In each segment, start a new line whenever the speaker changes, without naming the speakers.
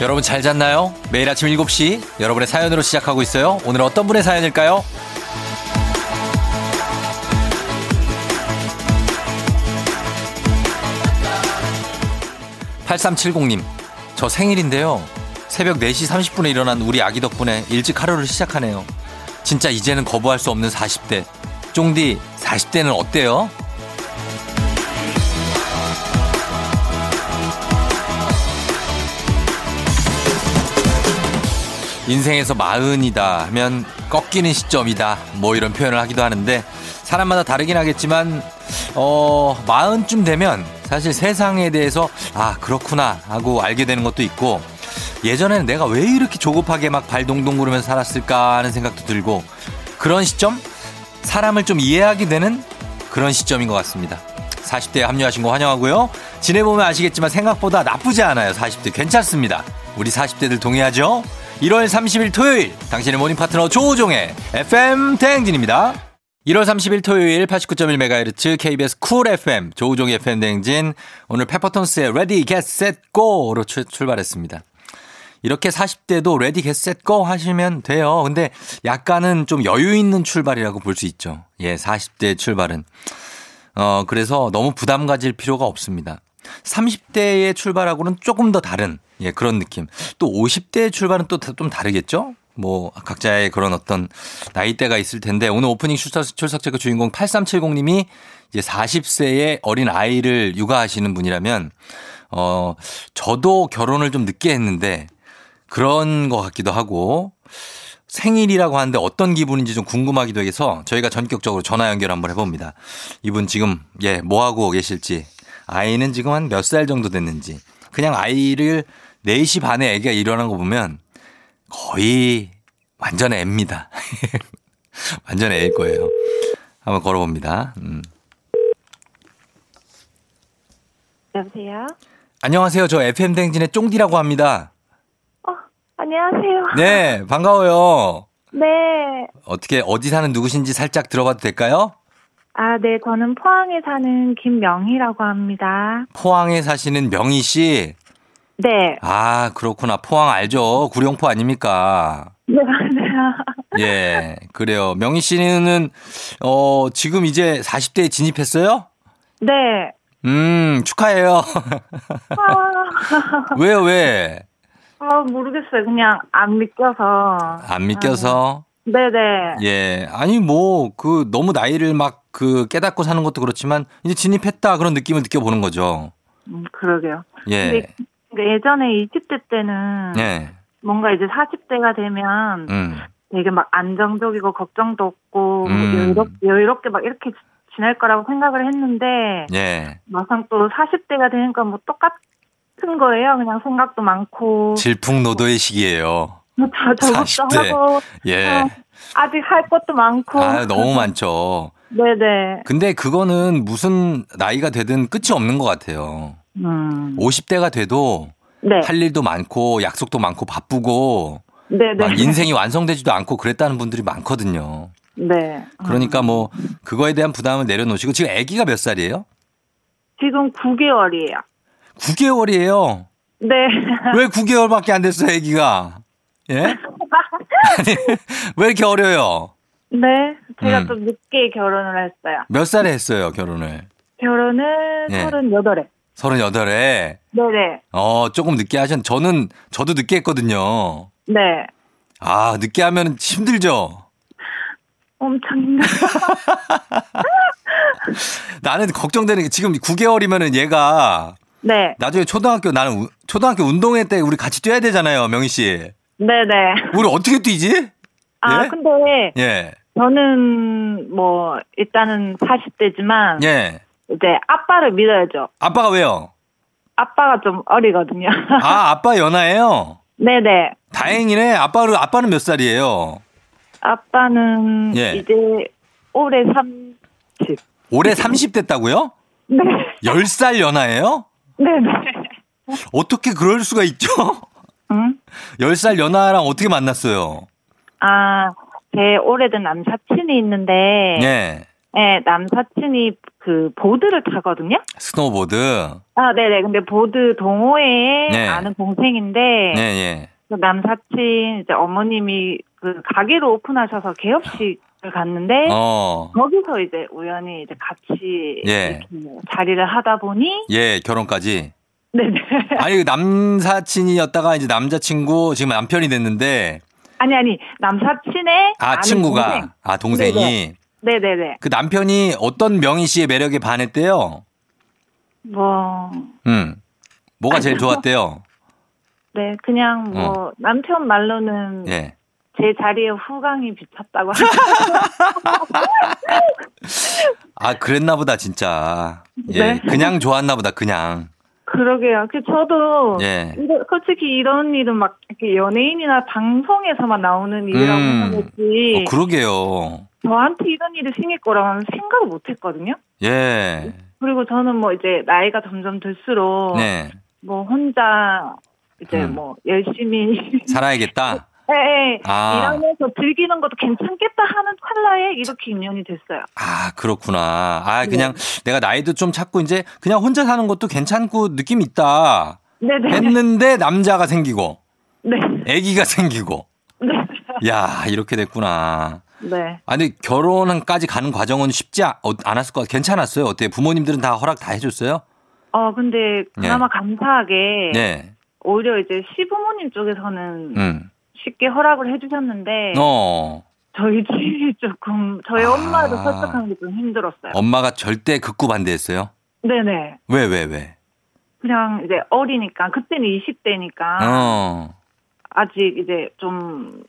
여러분 잘 잤나요? 매일 아침 7시 여러분의 사연으로 시작하고 있어요. 오늘 어떤 분의 사연일까요? 8370님, 저 생일인데요. 새벽 4시 30분에 일어난 우리 아기 덕분에 일찍 하루를 시작하네요. 진짜 이제는 거부할 수 없는 40대. 쫑디, 40대는 어때요? 인생에서 마흔이다 하면 꺾이는 시점이다 뭐 이런 표현을 하기도 하는데 사람마다 다르긴 하겠지만 어 마흔쯤 되면 사실 세상에 대해서 아 그렇구나 하고 알게 되는 것도 있고 예전에는 내가 왜 이렇게 조급하게 막 발동동 구르면서 살았을까 하는 생각도 들고 그런 시점 사람을 좀 이해하게 되는 그런 시점인 것 같습니다. 40대에 합류하신 거 환영하고요. 지내보면 아시겠지만 생각보다 나쁘지 않아요. 40대 괜찮습니다. 우리 40대들 동의하죠? 1월 30일 토요일 당신의 모닝 파트너 조우종의 FM 대행진입니다. 1월 30일 토요일 89.1MHz KBS 쿨 FM 조우종의 FM 대행진 오늘 페퍼톤스의 Ready Get Set Go로 출- 출발했습니다. 이렇게 40대도 레디 겟셋 고 하시면 돼요. 근데 약간은 좀 여유 있는 출발이라고 볼 수 있죠. 예, 40대 출발은. 어, 그래서 너무 부담 가질 필요가 없습니다. 30대의 출발하고는 조금 더 다른, 예, 그런 느낌. 또 50대의 출발은 또 좀 다르겠죠? 뭐, 각자의 그런 어떤 나이대가 있을 텐데, 오늘 오프닝 출석, 출석 체크 주인공 8370님이 이제 40세의 어린 아이를 육아하시는 분이라면, 어, 저도 결혼을 좀 늦게 했는데, 그런 것 같기도 하고, 생일이라고 하는데 어떤 기분인지 좀 궁금하기도 해서 저희가 전격적으로 전화 연결 한번 해봅니다. 이분 지금 예 뭐하고 계실지 아이는 지금 한 몇 살 정도 됐는지 그냥 아이를 4시 반에 애기가 일어난 거 보면 거의 완전 애입니다. 완전 애일 거예요. 한번 걸어봅니다. 음.
여보세요?
안녕하세요. 저 FM 댕진의 쫑디라고 합니다.
어, 안녕하세요.
네 반가워요.
네.
어떻게 어디 사는 누구신지 살짝 들어봐도 될까요?
아, 네. 저는 포항에 사는 김명희라고 합니다.
포항에 사시는 명희 씨.
네.
아, 그렇구나. 포항 알죠? 구룡포 아닙니까?
네, 맞아요.
예, 그래요. 명희 씨는, 어, 지금 이제 40대에 진입했어요?
네.
음, 축하해요.
아,
왜요, 왜?
아, 모르겠어요. 그냥 안 믿겨서.
안 믿겨서?
네네.
예. 아니, 뭐, 그, 너무 나이를 막 그 깨닫고 사는 것도 그렇지만, 이제 진입했다 그런 느낌을 느껴보는 거죠.
음, 그러게요.
예.
근데- 그러니까 예전에 20대 때는
예.
뭔가 이제 40대가 되면
음.
되게 막 안정적이고 걱정도 없고
음.
여유롭- 여유롭게 막 이렇게 지- 지낼 거라고 생각을 했는데
예.
막상 또 40대가 되니까 뭐 똑같은 거예요. 그냥 생각도 많고,
질풍노도의 시기예요.
뭐 저, 저것도
40대.
하고,
예.
어, 아직 할 것도 어, 많고.
아, 너무 많죠.
네네.
근데 그거는 무슨 나이가 되든 끝이 없는 것 같아요.
음.
50대가 돼도
네.
할 일도 많고 약속도 많고 바쁘고
네네.
막 아, 인생이 완성되지도 않고 그랬다는 분들이 많거든요.
네.
그러니까
음.
뭐 그거에 대한 부담을 내려놓으시고 지금 아기가 몇 살이에요?
지금 9개월이에요.
9개월이에요.
네.
왜 9개월밖에 안 됐어요, 아기가? 예? 아니, 왜 이렇게 어려요?
네. 제가
음.
또 늦게 결혼을 했어요.
몇 살에 했어요, 결혼을?
결혼을
예.
38에.
38에.
네네.
어, 조금 늦게 하셨, 저는, 저도 늦게 했거든요.
네.
아, 늦게 하면 힘들죠?
엄청 힘들어.
나는 걱정되는 게 지금 9개월이면은 얘가
네.
나중에 초등학교 나는 우- 초등학교 운동회 때 우리 같이 뛰어야 되잖아요, 명희 씨.
네네.
우리 어떻게 뛰지?
아,
예?
근데
예.
저는 뭐, 일단은 40대지만.
예.
이제 아빠를 믿어야죠.
아빠가 왜요?
아빠가 좀 어리거든요.
아, 아빠 연하예요.
네네.
다행이네. 아빠를 아빠는 몇 살이에요?
아빠는
예.
이제 올해 30.
올해 30 됐다고요?
네.
10살 연하예요?
네네.
어떻게 그럴 수가 있죠?
응?
10살 연하랑 어떻게 만났어요?
아, 제 오래된 남사친이 있는데,
예.
네, 남사친이 그 보드를 타거든요.
스노보드.
아, 네네. 근데 보드 동호회에
네.
아는 동생인데
예, 예.
그 남사친 이제 어머님이 그 가게를 오픈하셔서 개업식을 갔는데
어.
거기서 이제 우연히 이제 같이
예.
이렇게 뭐 자리를 하다 보니
예, 결혼까지.
네네.
아니, 그 남사친이었다가 이제 남자친구, 지금 남편이 됐는데,
아니 아니 남사친의
아,
아는
친구가,
동생.
아, 동생이.
네네. 네네네.
그 남편이 어떤 명희 씨의 매력에 반했대요?
뭐,
음. 뭐가 제일 좋았대요?
네, 그냥 뭐, 남편 말로는
어. 예.
제 자리에 후광이 비쳤다고 하는데,
아, 그랬나 보다, 진짜. 예.
네.
그냥 좋았나 보다, 그냥.
그러게요. 그, 저도,
예.
이거- 솔직히 이런 일은 막, 이렇게 연예인이나 방송에서만 나오는 일이라고
음.
생각했지,
어, 그러게요.
저한테 이런 일이 생길 거라고는 생각을 못 했거든요?
예.
그리고 저는 뭐, 이제, 나이가 점점 들수록,
네.
뭐, 혼자, 이제
음.
뭐, 열심히,
살아야겠다.
예, 예.
아.
일하면서 즐기는 것도 괜찮겠다 하는 찰나에 이렇게 인연이 됐어요.
아, 그렇구나.
네.
아, 그냥 내가 나이도 좀 찾고 이제 그냥 혼자 사는 것도 괜찮고 느낌 있다.
네네.
했는데 남자가 생기고
네.
아기가 생기고.
네.
야, 이렇게 됐구나.
네.
아니, 결혼까지 가는 과정은 쉽지 아- 어- 않았을 것 같아요. 괜찮았어요. 어때? 부모님들은 다 허락 다 해줬어요?
어, 근데 그나마 감사하게
네.
오히려 이제 시부모님 쪽에서는
음.
쉽게 허락을 해주셨는데
어.
저희 집이 조금 저희
아.
엄마도 설득하는 게 좀 힘들었어요.
엄마가 절대 극구 반대했어요?
네네.
왜, 왜, 왜?
그냥 이제 어리니까 그때는 20대니까
어.
아직 이제 좀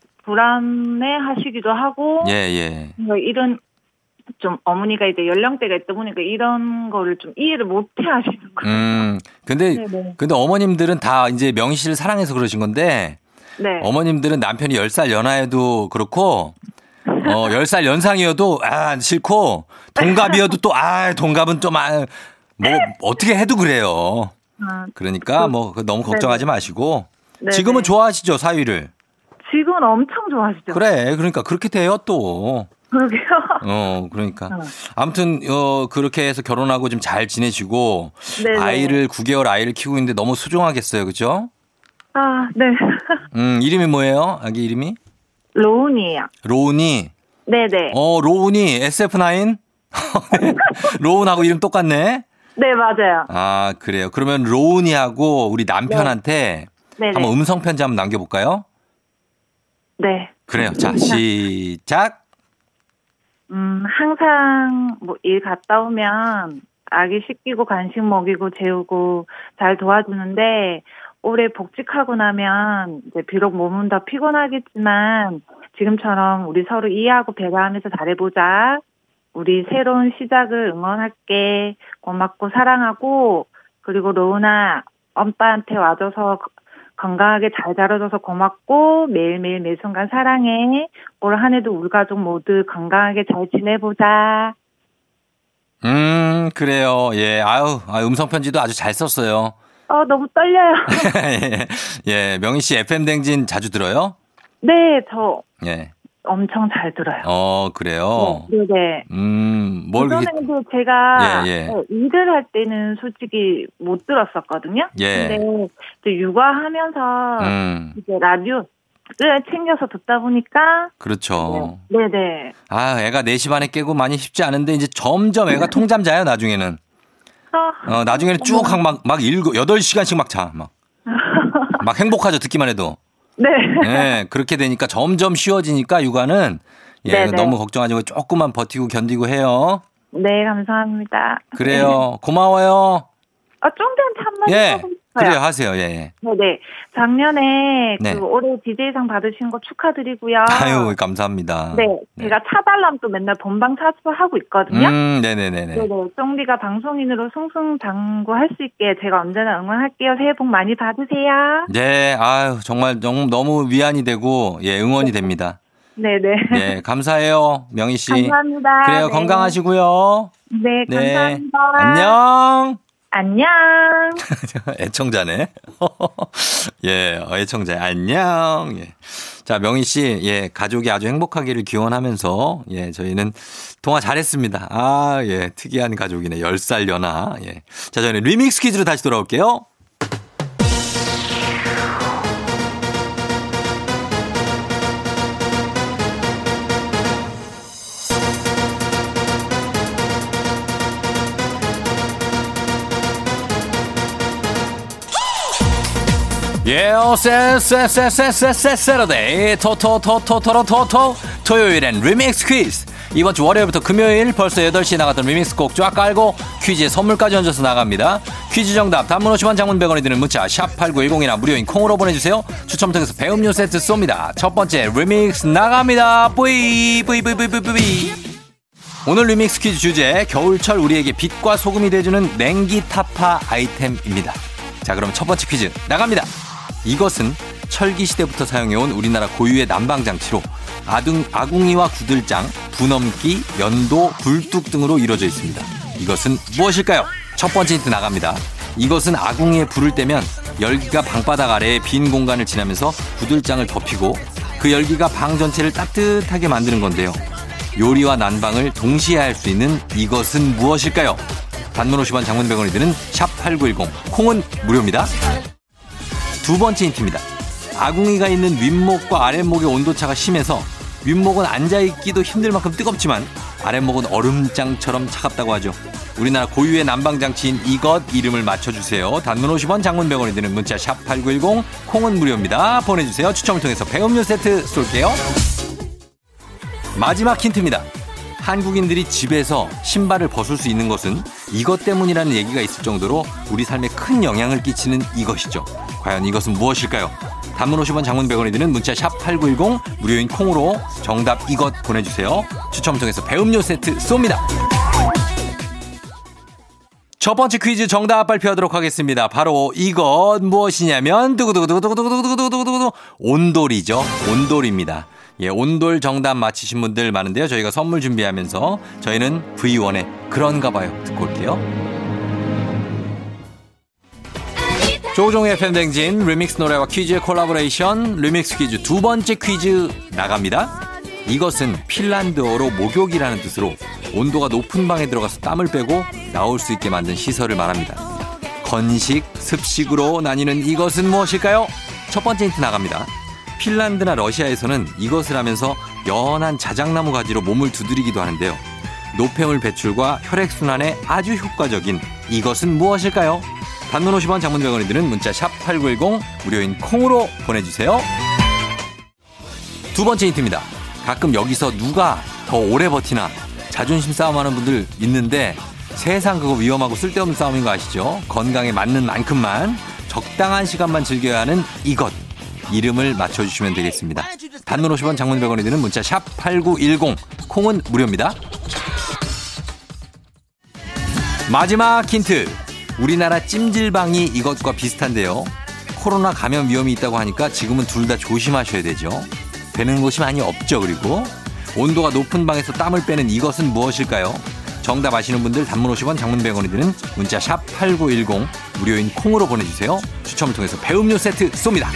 불안해하시기도 하고
예, 예.
뭔가 이런 좀 어머니가 이제 연령대가 있다 보니까 이런 거를 좀 이해를 못해 하시는 거예요.
음. 근데
네네.
근데 어머님들은 다 이제 명희 씨를 사랑해서 그러신 건데
네.
음. 어머님들은 남편이 10살 연하여도 그렇고 어, 10살 연상이어도 아, 싫고 동갑이어도 또 아, 동갑은 좀 아, 뭐 어떻게 해도 그래요.
아,
그러니까 뭐 그거 너무 걱정하지 마시고
네, 네네.
지금은 좋아하시죠, 사위를.
지금은 엄청 좋아하시죠.
그래. 그러니까 그렇게 돼요, 또.
그러게요.
어, 그러니까. 아무튼 어 그렇게 해서 결혼하고 좀 잘 지내시고
네네.
아이를 9개월 아이를 키우고 있는데 너무 소중하겠어요. 그죠?
아, 네.
음, 이름이 뭐예요? 아기 이름이?
로운이에요.
로운이.
네네.
어, 로운이 SF9? 로운하고 이름 똑같네?
네, 맞아요.
아, 그래요. 그러면 로운이하고 우리 남편한테
네네.
한번 음성편지 한번 남겨볼까요?
네.
그래요. 자, 시작.
음, 항상 뭐 일 갔다 오면 아기 씻기고 간식 먹이고 재우고 잘 도와주는데 올해 복직하고 나면 이제 비록 몸은 더 피곤하겠지만 지금처럼 우리 서로 이해하고 배려하면서 잘해보자. 우리 새로운 시작을 응원할게. 고맙고 사랑하고 그리고 로우나 엄빠한테 와줘서 건강하게 잘 자라줘서 고맙고 매일매일 매 순간 사랑해. 올 한해도 우리 가족 모두 건강하게 잘 지내보자.
음, 그래요. 예, 아유, 아, 음성편지도 아주 잘 썼어요.
어 너무 떨려요.
예, 예, 명희 씨 FM댕진 자주 들어요?
네, 저
예.
엄청 잘 들어요.
어, 그래요.
네, 네.
음, 뭘 그렇게.
그전에도 제가
예, 예.
어, 일을 할 때는 솔직히 못 들었었거든요.
예.
근데 또 육아하면서
음,
이제 라디오를 챙겨서 듣다 보니까
그렇죠.
네, 네.
아, 애가 4시 반에 깨고 많이 쉽지 않은데 이제 점점 애가 통잠 자요, 나중에는.
아,
어, 나중에는 쭉 막 막 일곱 여덟 시간씩 막 자. 막. 막 행복하죠, 듣기만 해도.
네.
예, 그렇게 되니까 점점 쉬워지니까 육아는 예,
네네.
너무 걱정하지 말고 조금만 버티고 견디고 해요.
네, 감사합니다.
그래요. 고마워요.
아, 쫑대한테 한마디
예.
하고 싶어요.
그래요. 하세요. 예. 예.
네, 네. 작년에
네.
그 올해 DJ상 받으신 거 축하드리고요.
아유, 감사합니다.
네, 제가 차달람 또 맨날 본방 사수하고 있거든요.
음, 네네네네.
네, 네. 쫑디가 방송인으로 승승장구할 수 있게 제가 언제나 응원할게요. 새해 복 많이 받으세요.
네, 아유, 정말 너무, 너무 위안이 되고, 예, 응원이 됩니다.
네, 네.
예, 감사해요, 명희 씨.
감사합니다.
그래요,
네.
건강하시고요.
네,
네.
감사합니다.
안녕!
안녕.
애청자네. 예, 어, 애청자, 안녕. 예. 자, 명희 씨, 예, 가족이 아주 행복하기를 기원하면서, 예, 저희는 통화 잘했습니다. 아, 예, 특이한 가족이네. 10살 연하. 예. 자, 저희는 리믹스 퀴즈로 다시 돌아올게요. 예요 세세세세세세세러데이 토토토토토토토 토요일엔 리믹스 퀴즈 이번 주 월요일부터 금요일 벌써 8시에 나갔던 리믹스 곡 쫙 깔고 퀴즈에 선물까지 얹어서 나갑니다 퀴즈 정답 단문 50원 장문 100원이 드는 문자 샵 8910이나 무료인 콩으로 보내주세요 추첨 통해서 배음료 세트 쏩니다 첫 번째 리믹스 나갑니다 뿌이 뿌이 뿌이 뿌이 뿌이 뿌이 오늘 리믹스 퀴즈 주제 겨울철 우리에게 빛과 소금이 돼주는 냉기 타파 아이템입니다 자 그럼 첫 번째 퀴즈 나갑니다 이것은 철기 시대부터 사용해온 우리나라 고유의 난방 장치로 아둥, 아궁이와 구들장, 분엄기, 연도, 굴뚝 등으로 이루어져 있습니다. 이것은 무엇일까요? 첫 번째 힌트 나갑니다. 이것은 아궁이에 불을 떼면 열기가 방바닥 아래의 빈 공간을 지나면서 구들장을 덮이고 그 열기가 방 전체를 따뜻하게 만드는 건데요. 요리와 난방을 동시에 할 수 있는 이것은 무엇일까요? 단문 50원 장문 100원이 드는 샵 8910 콩은 무료입니다. 두 번째 힌트입니다. 아궁이가 있는 윗목과 아랫목의 온도차가 심해서 윗목은 앉아있기도 힘들 만큼 뜨겁지만 아랫목은 얼음장처럼 차갑다고 하죠. 우리나라 고유의 난방장치인 이것 이름을 맞춰주세요. 단문 50원 장문 100원이 드는 문자 샵8910 콩은 무료입니다. 보내주세요. 추첨을 통해서 배음료 세트 쏠게요. 마지막 힌트입니다. 한국인들이 집에서 신발을 벗을 수 있는 것은 이것 때문이라는 얘기가 있을 정도로 우리 삶에 큰 영향을 끼치는 이것이죠. 과연 이것은 무엇일까요? 단문 50원 장문 100원이 드는 문자 샵 8910 무료인 콩으로 정답 이것 보내주세요. 추첨 통해서 배음료 세트 쏩니다. 첫 번째 퀴즈 정답 발표하도록 하겠습니다. 바로 이것 무엇이냐면 두구두구두구두구두구두구두구두구 온돌이죠. 온돌입니다. 예, 온돌 정답 맞히신 분들 많은데요. 저희가 선물 준비하면서 저희는 V1의 그런가 봐요 듣고 올게요. 조종의 팬댕진 리믹스 노래와 퀴즈의 콜라보레이션 리믹스 퀴즈 두 번째 퀴즈 나갑니다. 이것은 핀란드어로 목욕이라는 뜻으로 온도가 높은 방에 들어가서 땀을 빼고 나올 수 있게 만든 시설을 말합니다. 건식, 습식으로 나뉘는 이것은 무엇일까요? 첫 번째 힌트 나갑니다. 핀란드나 러시아에서는 이것을 하면서 연한 자작나무 가지로 몸을 두드리기도 하는데요. 노폐물 배출과 혈액순환에 아주 효과적인 이것은 무엇일까요? 단문 50원 장문 100원이 드는 문자 샵 8910 무료인 콩으로 보내주세요. 두 번째 힌트입니다. 가끔 여기서 누가 더 오래 버티나 자존심 싸움하는 분들 있는데 세상 그거 위험하고 쓸데없는 싸움인 거 아시죠? 건강에 맞는 만큼만 적당한 시간만 즐겨야 하는 이것 이름을 맞춰주시면 되겠습니다. 단문 50원 장문 100원이 드는 문자 샵 8910 콩은 무료입니다. 마지막 힌트 우리나라 찜질방이 이것과 비슷한데요. 코로나 감염 위험이 있다고 하니까 지금은 둘 다 조심하셔야 되죠. 되는 곳이 많이 없죠. 그리고 온도가 높은 방에서 땀을 빼는 이것은 무엇일까요? 정답 아시는 분들 단문 50원 장문 100원이 드는 문자 샵 8910 무료인 콩으로 보내주세요. 추첨을 통해서 배음료 세트 쏩니다.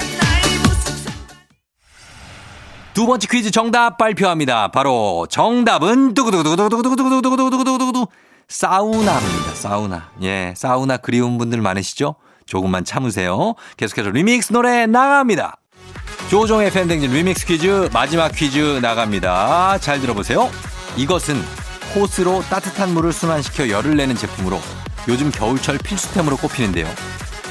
두 번째 퀴즈 정답 발표합니다. 바로 정답은 두구두구두구두구두구두구두구두구두구두구 사우나입니다. 사우나. 예, 사우나 그리운 분들 많으시죠? 조금만 참으세요. 계속해서 리믹스 노래 나갑니다. 조종의 팬댕진 리믹스 퀴즈 마지막 퀴즈 나갑니다. 잘 들어보세요. 이것은 호스로 따뜻한 물을 순환시켜 열을 내는 제품으로 요즘 겨울철 필수템으로 꼽히는데요.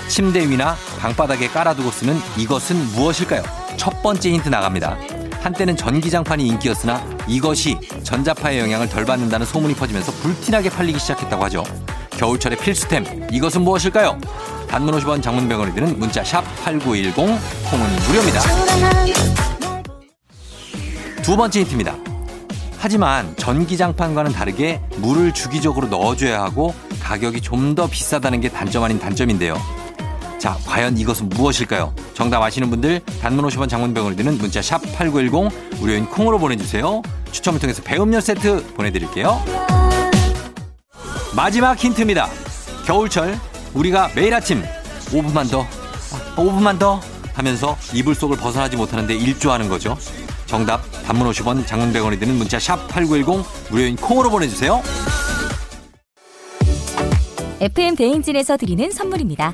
침대 위나 방바닥에 깔아두고 쓰는 이것은 무엇일까요? 첫 번째 힌트 나갑니다. 한때는 전기장판이 인기였으나 이것이 전자파의 영향을 덜 받는다는 소문이 퍼지면서 불티나게 팔리기 시작했다고 하죠. 겨울철의 필수템 이것은 무엇일까요? 단문 50원 장문 100원이 드는 문자 샵 8910 콩은 무료입니다. 두 번째 힌트입니다. 하지만 전기장판과는 다르게 물을 주기적으로 넣어줘야 하고 가격이 좀 더 비싸다는 게 단점 아닌 단점인데요. 자, 과연 이것은 무엇일까요? 정답 아시는 분들 단문 50원 장문병을 드는 문자 샵 8910 무료인 콩으로 보내주세요. 추첨을 통해서 배음료 세트 보내드릴게요. 마지막 힌트입니다. 겨울철 우리가 매일 아침 5분만 더, 5분만 더 하면서 이불 속을 벗어나지 못하는데 일조하는 거죠. 정답 단문 50원 장문 100원이 드는 문자 샵 8910 무료인 콩으로 보내주세요.
FM 대행진에서 드리는 선물입니다.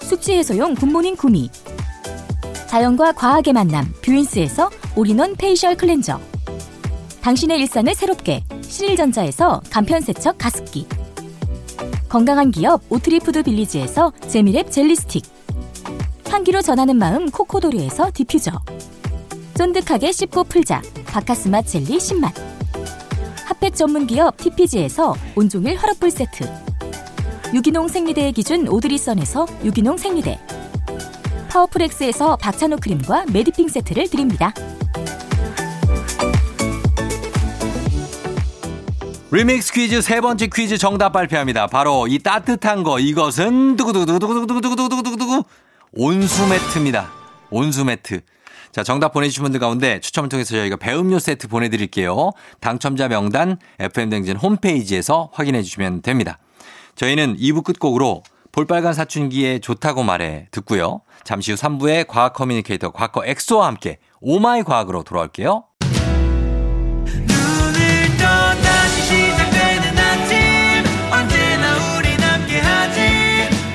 숙취 해소용 굿모닝 구미 자연과 과학의 만남 뷰인스에서 올인원 페이셜 클렌저 당신의 일상을 새롭게 신일전자에서 간편세척 가습기 건강한 기업 오트리푸드 빌리지에서 재미랩 젤리스틱 향기로 전하는 마음 코코도리에서 디퓨저 쫀득하게 씹고 풀자 바카스맛 젤리 신맛 핫팩 전문 기업 TPG에서 온종일 화롯불 세트. 유기농 생리대의 기준 오드리선에서 유기농 생리대. 파워풀엑스에서 박찬호 크림과 메디핑 세트를 드립니다.
리믹스 퀴즈 세 번째 퀴즈 정답 발표합니다. 바로 이 따뜻한 거 이것은 두구두구두구두구두구두구두구두구 온수 매트입니다. 온수 매트. 자, 정답 보내주신 분들 가운데 추첨을 통해서 저희가 배음료 세트 보내드릴게요. 당첨자 명단 FM댕진 홈페이지에서 확인해 주시면 됩니다. 저희는 2부 끝곡으로 볼빨간 사춘기에 좋다고 말해 듣고요. 잠시 후 3부에 과학 커뮤니케이터 과거 엑소와 함께 오마이 과학으로 돌아올게요.
눈을 떠 다시 시작되는 아침 언제나 우린 함께하지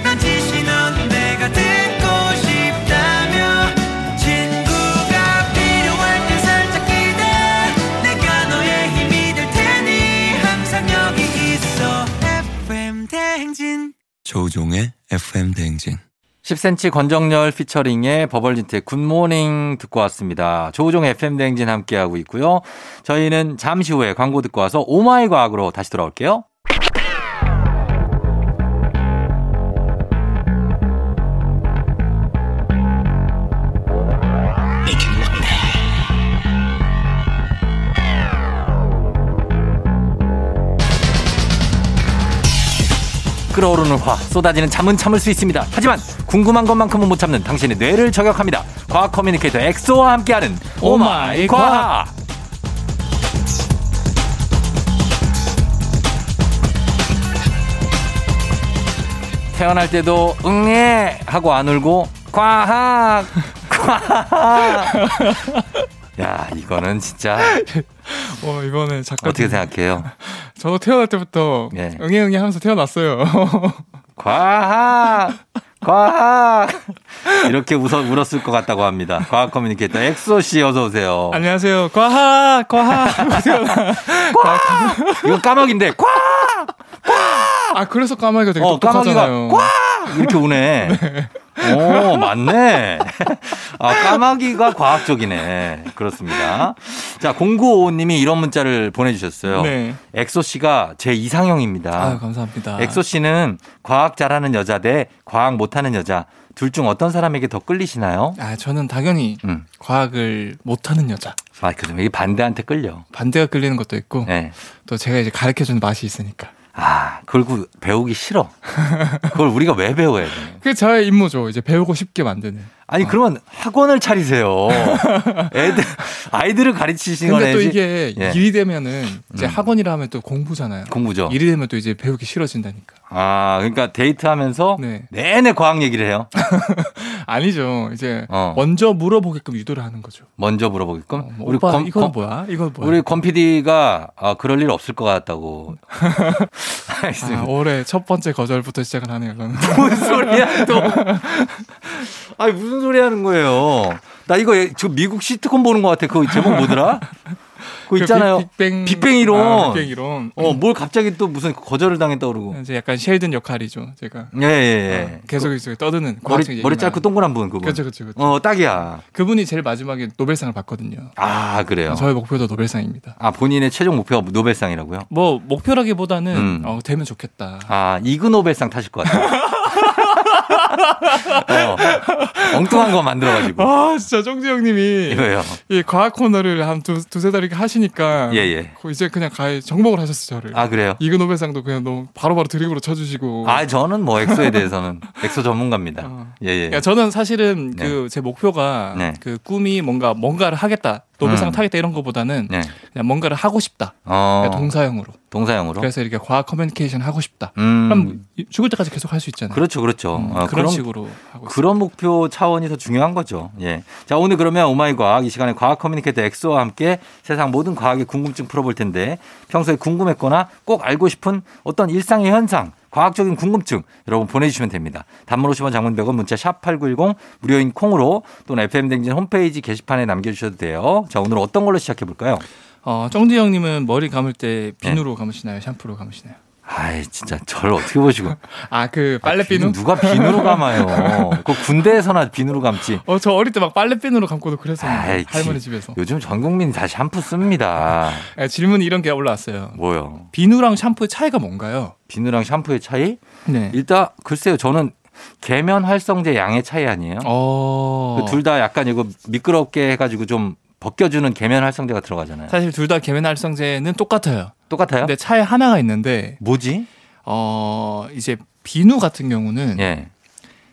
난 지시 넌 내가 듣고 싶다며 친구가 필요할 때 살짝 기대 내가 너의 힘이 될 테니 항상 여기 있어 FM 대행진
조우종의 FM 대행진.
10cm 권정열 피처링의 버벌진트의 굿모닝 듣고 왔습니다. 조우종 FM 대행진 함께하고 있고요. 저희는 잠시 후에 광고 듣고 와서 오마이 과학으로 다시 돌아올게요. 끓어오르는 화 쏟아지는 잠은 참을 수 있습니다. 하지만 궁금한 것만큼은 못 참는 당신의 뇌를 저격합니다. 과학 커뮤니케이터 엑소와 함께하는 오마이 과학. 태어날 때도 응애 하고 안 울고 과학 과학. 야 이거는 진짜
어 이번에 작가
어떻게 생각해요?
저도 태어날 때부터
예.
응애응애 하면서 태어났어요.
과학 과학 이렇게 웃어 울었을 것 같다고 합니다. 과학 커뮤니케이터 엑소 씨 어서 오세요.
안녕하세요. 과학 과학 태어나.
이거 까마귀인데 꽉
아 그래서 까마귀가 되게
어, 까마귀가
똑똑하잖아요.
꽉 이렇게 우네. 오 맞네. 아 까마귀가 과학적이네. 그렇습니다. 자 0955님이 이런 문자를 보내주셨어요.
네.
엑소 씨가 제 이상형입니다.
아유 감사합니다.
엑소 씨는 과학 잘하는 여자 대 과학 못하는 여자 둘 중 어떤 사람에게 더 끌리시나요?
아 저는 당연히
음.
과학을 못하는 여자
아, 그좀 이게 반대한테 끌려.
반대가 끌리는 것도 있고
예.
또 제가 이제 가르쳐주는 맛이 있으니까
아, 결국 배우기 싫어. 그걸 우리가 왜 배워야 돼?
그게 저의 임무죠. 이제 배우고 싶게 만드는.
아니 그러면 학원을 차리세요. 애들 아이들을 가르치시는
근데 그러니까 또
거네지.
이게
예.
일이 되면은 이제
음.
학원이라 하면 또 공부잖아요.
공부죠.
일이 되면 또 이제 배우기 싫어진다니까.
아 그러니까 데이트하면서
네.
내내 과학 얘기를 해요.
아니죠. 이제
어.
먼저 물어보게끔 유도를 하는 거죠.
먼저 물어보게끔.
어, 뭐 오빠 이건
검-
뭐야? 이건 뭐야?
우리 권 PD가 아, 그럴 일 없을 것 같다고. 알겠습니다.
아, 올해 첫 번째 거절부터 시작을 하네요. 저는.
무슨 소리야 또? 아니 무슨 소리 하는 거예요? 나 이거 예- 저 미국 시트콤 보는 것 같아. 그 제목 뭐더라? 그거
그
있잖아요.
빅, 뱅 아,
빅뱅 이론.
빅뱅 이론. 음,
어 뭘 갑자기 또 무슨 거절을 당했다 그러고.
이제 약간 쉘든 역할이죠. 제가
예예 예.
계속 계속 떠드는 아, 그 과학적
머리
얘기만.
머리 짧고 동그란 분 그분.
그렇죠, 그렇죠. 그렇죠.
어 딱이야.
그분이 제일 마지막에 노벨상을 받거든요.
아 그래요.
저의 목표도 노벨상입니다.
아 본인의 최종 목표가 노벨상이라고요?
뭐 목표라기보다는
음.
어, 되면 좋겠다.
아 이그 노벨상 타실 것 같아요. 어, 엉뚱한 거 만들어가지고.
아 진짜 정지 형님이
이거요.
이 과학 코너를 한 두, 두세 달 이렇게 하시니까
예, 예.
거- 이제 그냥 가해 정복을 하셨어요 저를
아 그래요.
이그 노벨상도 그냥 너무 바로바로 드립으로 쳐주시고
아 저는 뭐 엑소에 대해서는 엑소 전문가입니다.
어.
예예.
그러니까 저는 사실은
네.
그 제 목표가
네.
그 꿈이 뭔가 뭔가를 하겠다
음.
노벨상 을 타겠다 이런 거보다는
네.
그냥 뭔가를 하고 싶다
어
그러니까 동사형으로
동사... 형으로
그래서 이렇게 과학 커뮤니케이션 하고 싶다
음.
그럼 이- 죽을 때까지 계속 할 수 있잖아요
그렇죠 그렇죠.
음,
아,
그런
그럼
식으로 하고 있어요
그런 목표 차원이 더 중요한 거죠. 예. 자, 오늘 그러면 오마이 과학 이 시간에 과학 커뮤니케이터 엑소와 함께 세상 모든 과학의 궁금증 풀어볼 텐데 평소에 궁금했거나 꼭 알고 싶은 어떤 일상의 현상, 과학적인 궁금증 여러분 보내주시면 됩니다. 단문 50원 장문 100원 문자 샵8910 무료인 콩으로 또는 FM댕진 홈페이지 게시판에 남겨주셔도 돼요. 자, 오늘 어떤 걸로 시작해볼까요?
어, 정지 형님은 머리 감을 때
네.
비누로 감으시나요 샴푸로 감으시나요
아이, 진짜 저를 어떻게 보시고.
아 그 빨래 비누
누가 비누로 감아요. 그 군대에서나 비누로 감지.
어, 저 어릴 때 막 빨래핀으로 감고도 그랬었는데
아이,
할머니
지-
집에서
요즘 전 국민이 다 샴푸 씁니다.
예, 질문이 이런 게 올라왔어요
뭐요?
비누랑 샴푸의 차이가 뭔가요?
비누랑 샴푸의 차이?
네.
일단 글쎄요. 저는 계면 활성제 양의 차이 아니에요? 그
어.
둘 다 약간 이거 미끄럽게 해가지고 좀 벗겨주는 계면 활성제가 들어가잖아요.
네. 사실 네. 둘 다 계면활성제는 똑같아요.
똑같아요?
근데 차이 하나가 있는데
뭐지?
어 이제 비누 같은 경우는
예.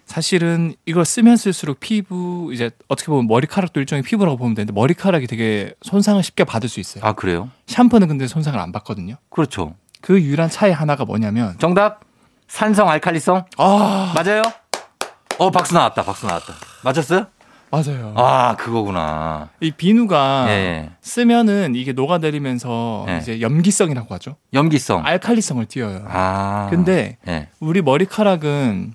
사실은 이걸 쓰면 쓸수록 피부 이제 어떻게 보면 머리카락도 일종의 피부라고 보면 되는데 머리카락이 되게 손상을 쉽게 받을 수 있어요.
아 그래요?
샴푸는 근데 손상을 안 받거든요.
그렇죠.
그 유일한 차이 하나가 뭐냐면
정답 산성 알칼리성
아
맞아요? 어 박수 나왔다. 박수 나왔다. 맞았어요?
맞아요.
아 그거구나.
이 비누가
예, 예.
쓰면은 이게 녹아내리면서
네.
이제 염기성이라고 하죠.
염기성.
알칼리성을 띄어요.
아.
근데
예.
우리 머리카락은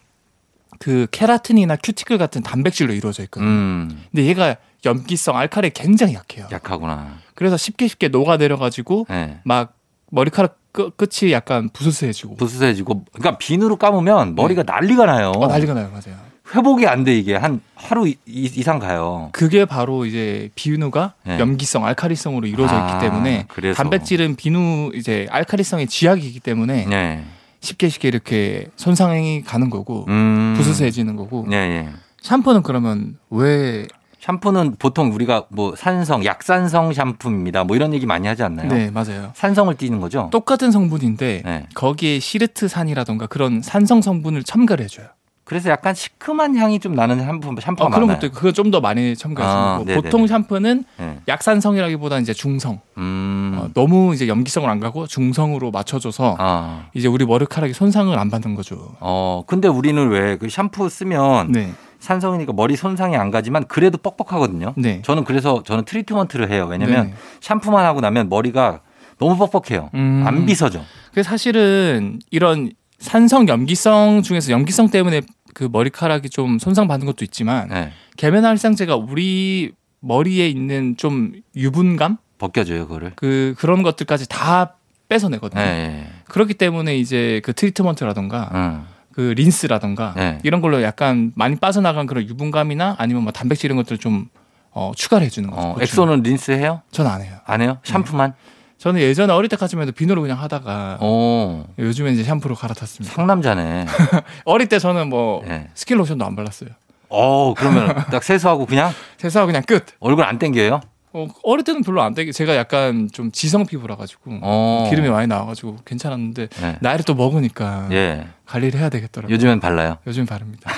그 케라틴이나 큐티클 같은 단백질로 이루어져 있거든요.
음.
근데 얘가 염기성 알칼리 굉장히 약해요.
약하구나.
그래서 쉽게 쉽게 녹아내려가지고
예.
막 머리카락 끝, 끝이 약간 부스스해지고
부스스해지고 그러니까 비누로 감으면 머리가 난리가 나요.
어, 난리가 나요, 맞아요.
회복이 안 돼 이게 한 하루 이, 상 가요.
그게 바로 이제 비누가
네.
염기성 알칼리성으로 이루어져
아,
있기 때문에
그래서.
단백질은 비누 이제 알칼리성의 지약이기 때문에
예.
쉽게 쉽게 이렇게 손상이 가는 거고
음.
부스스해지는 거고
예, 예.
샴푸는 그러면 왜
샴푸는 보통 우리가 뭐 산성, 약산성 샴푸입니다. 뭐 이런 얘기 많이 하지 않나요?
네, 맞아요.
산성을 띠는 거죠?
똑같은 성분인데
네.
거기에 시르트산이라던가 그런 산성 성분을 첨가를 해줘요.
그래서 약간 시큼한 향이 좀 나는 샴푸 샴푸가
어, 그런
많아요.
것도 있고 그건 좀 더 많이
아,
첨가해주는
네네네.
고 보통 샴푸는
예.
약산성이라기보다는 이제 중성.
음.
어, 너무 이제 염기성을 안 가고 중성으로 맞춰줘서
아.
이제 우리 머리카락이 손상을 안 받는 거죠.
어, 근데 우리는 왜 그 샴푸 쓰면
네,
산성이니까 머리 손상이 안 가지만 그래도 뻑뻑하거든요.
네.
저는 그래서 저는 트리트먼트를 해요. 왜냐면
네네.
샴푸만 하고 나면 머리가 너무 뻑뻑해요.
음.
안 빗어져.
그래서 사실은 이런 산성 염기성 중에서 염기성 때문에 그 머리카락이 좀 손상 받는 것도 있지만
네.
계면활성제가 우리 머리에 있는 좀 유분감
벗겨져요, 그거를.
그 그런 것들까지 다 뺏어내거든요.
예, 예.
그렇기 때문에 이제 그 트리트먼트라던가
응.
그 린스라던가
네.
이런 걸로 약간 많이 빠져나간 그런 유분감이나 아니면 뭐 단백질 이런 것들을 좀 어, 추가를 해주는 거죠.
어,
보충.
엑소는 린스 해요?
저는 안 해요.
안 해요? 샴푸만?
저는 예전에 어릴 때까지만 해도 비누로 그냥 하다가
어. 오,
요즘에 이제 샴푸로 갈아탔습니다.
상남자네.
어릴 때 저는 뭐
네.
스킬 로션도 안 발랐어요.
어, 그러면 딱 세수하고 그냥
세수하고 그냥 끝.
얼굴 안 땡겨요?
어, 어릴 때는 별로 안 되게 제가 약간 좀 지성 피부라 가지고
어.
기름이 많이 나와가지고 괜찮았는데
네.
나이를 또 먹으니까
예.
관리를 해야 되겠더라고요.
요즘엔 발라요.
요즘 바릅니다.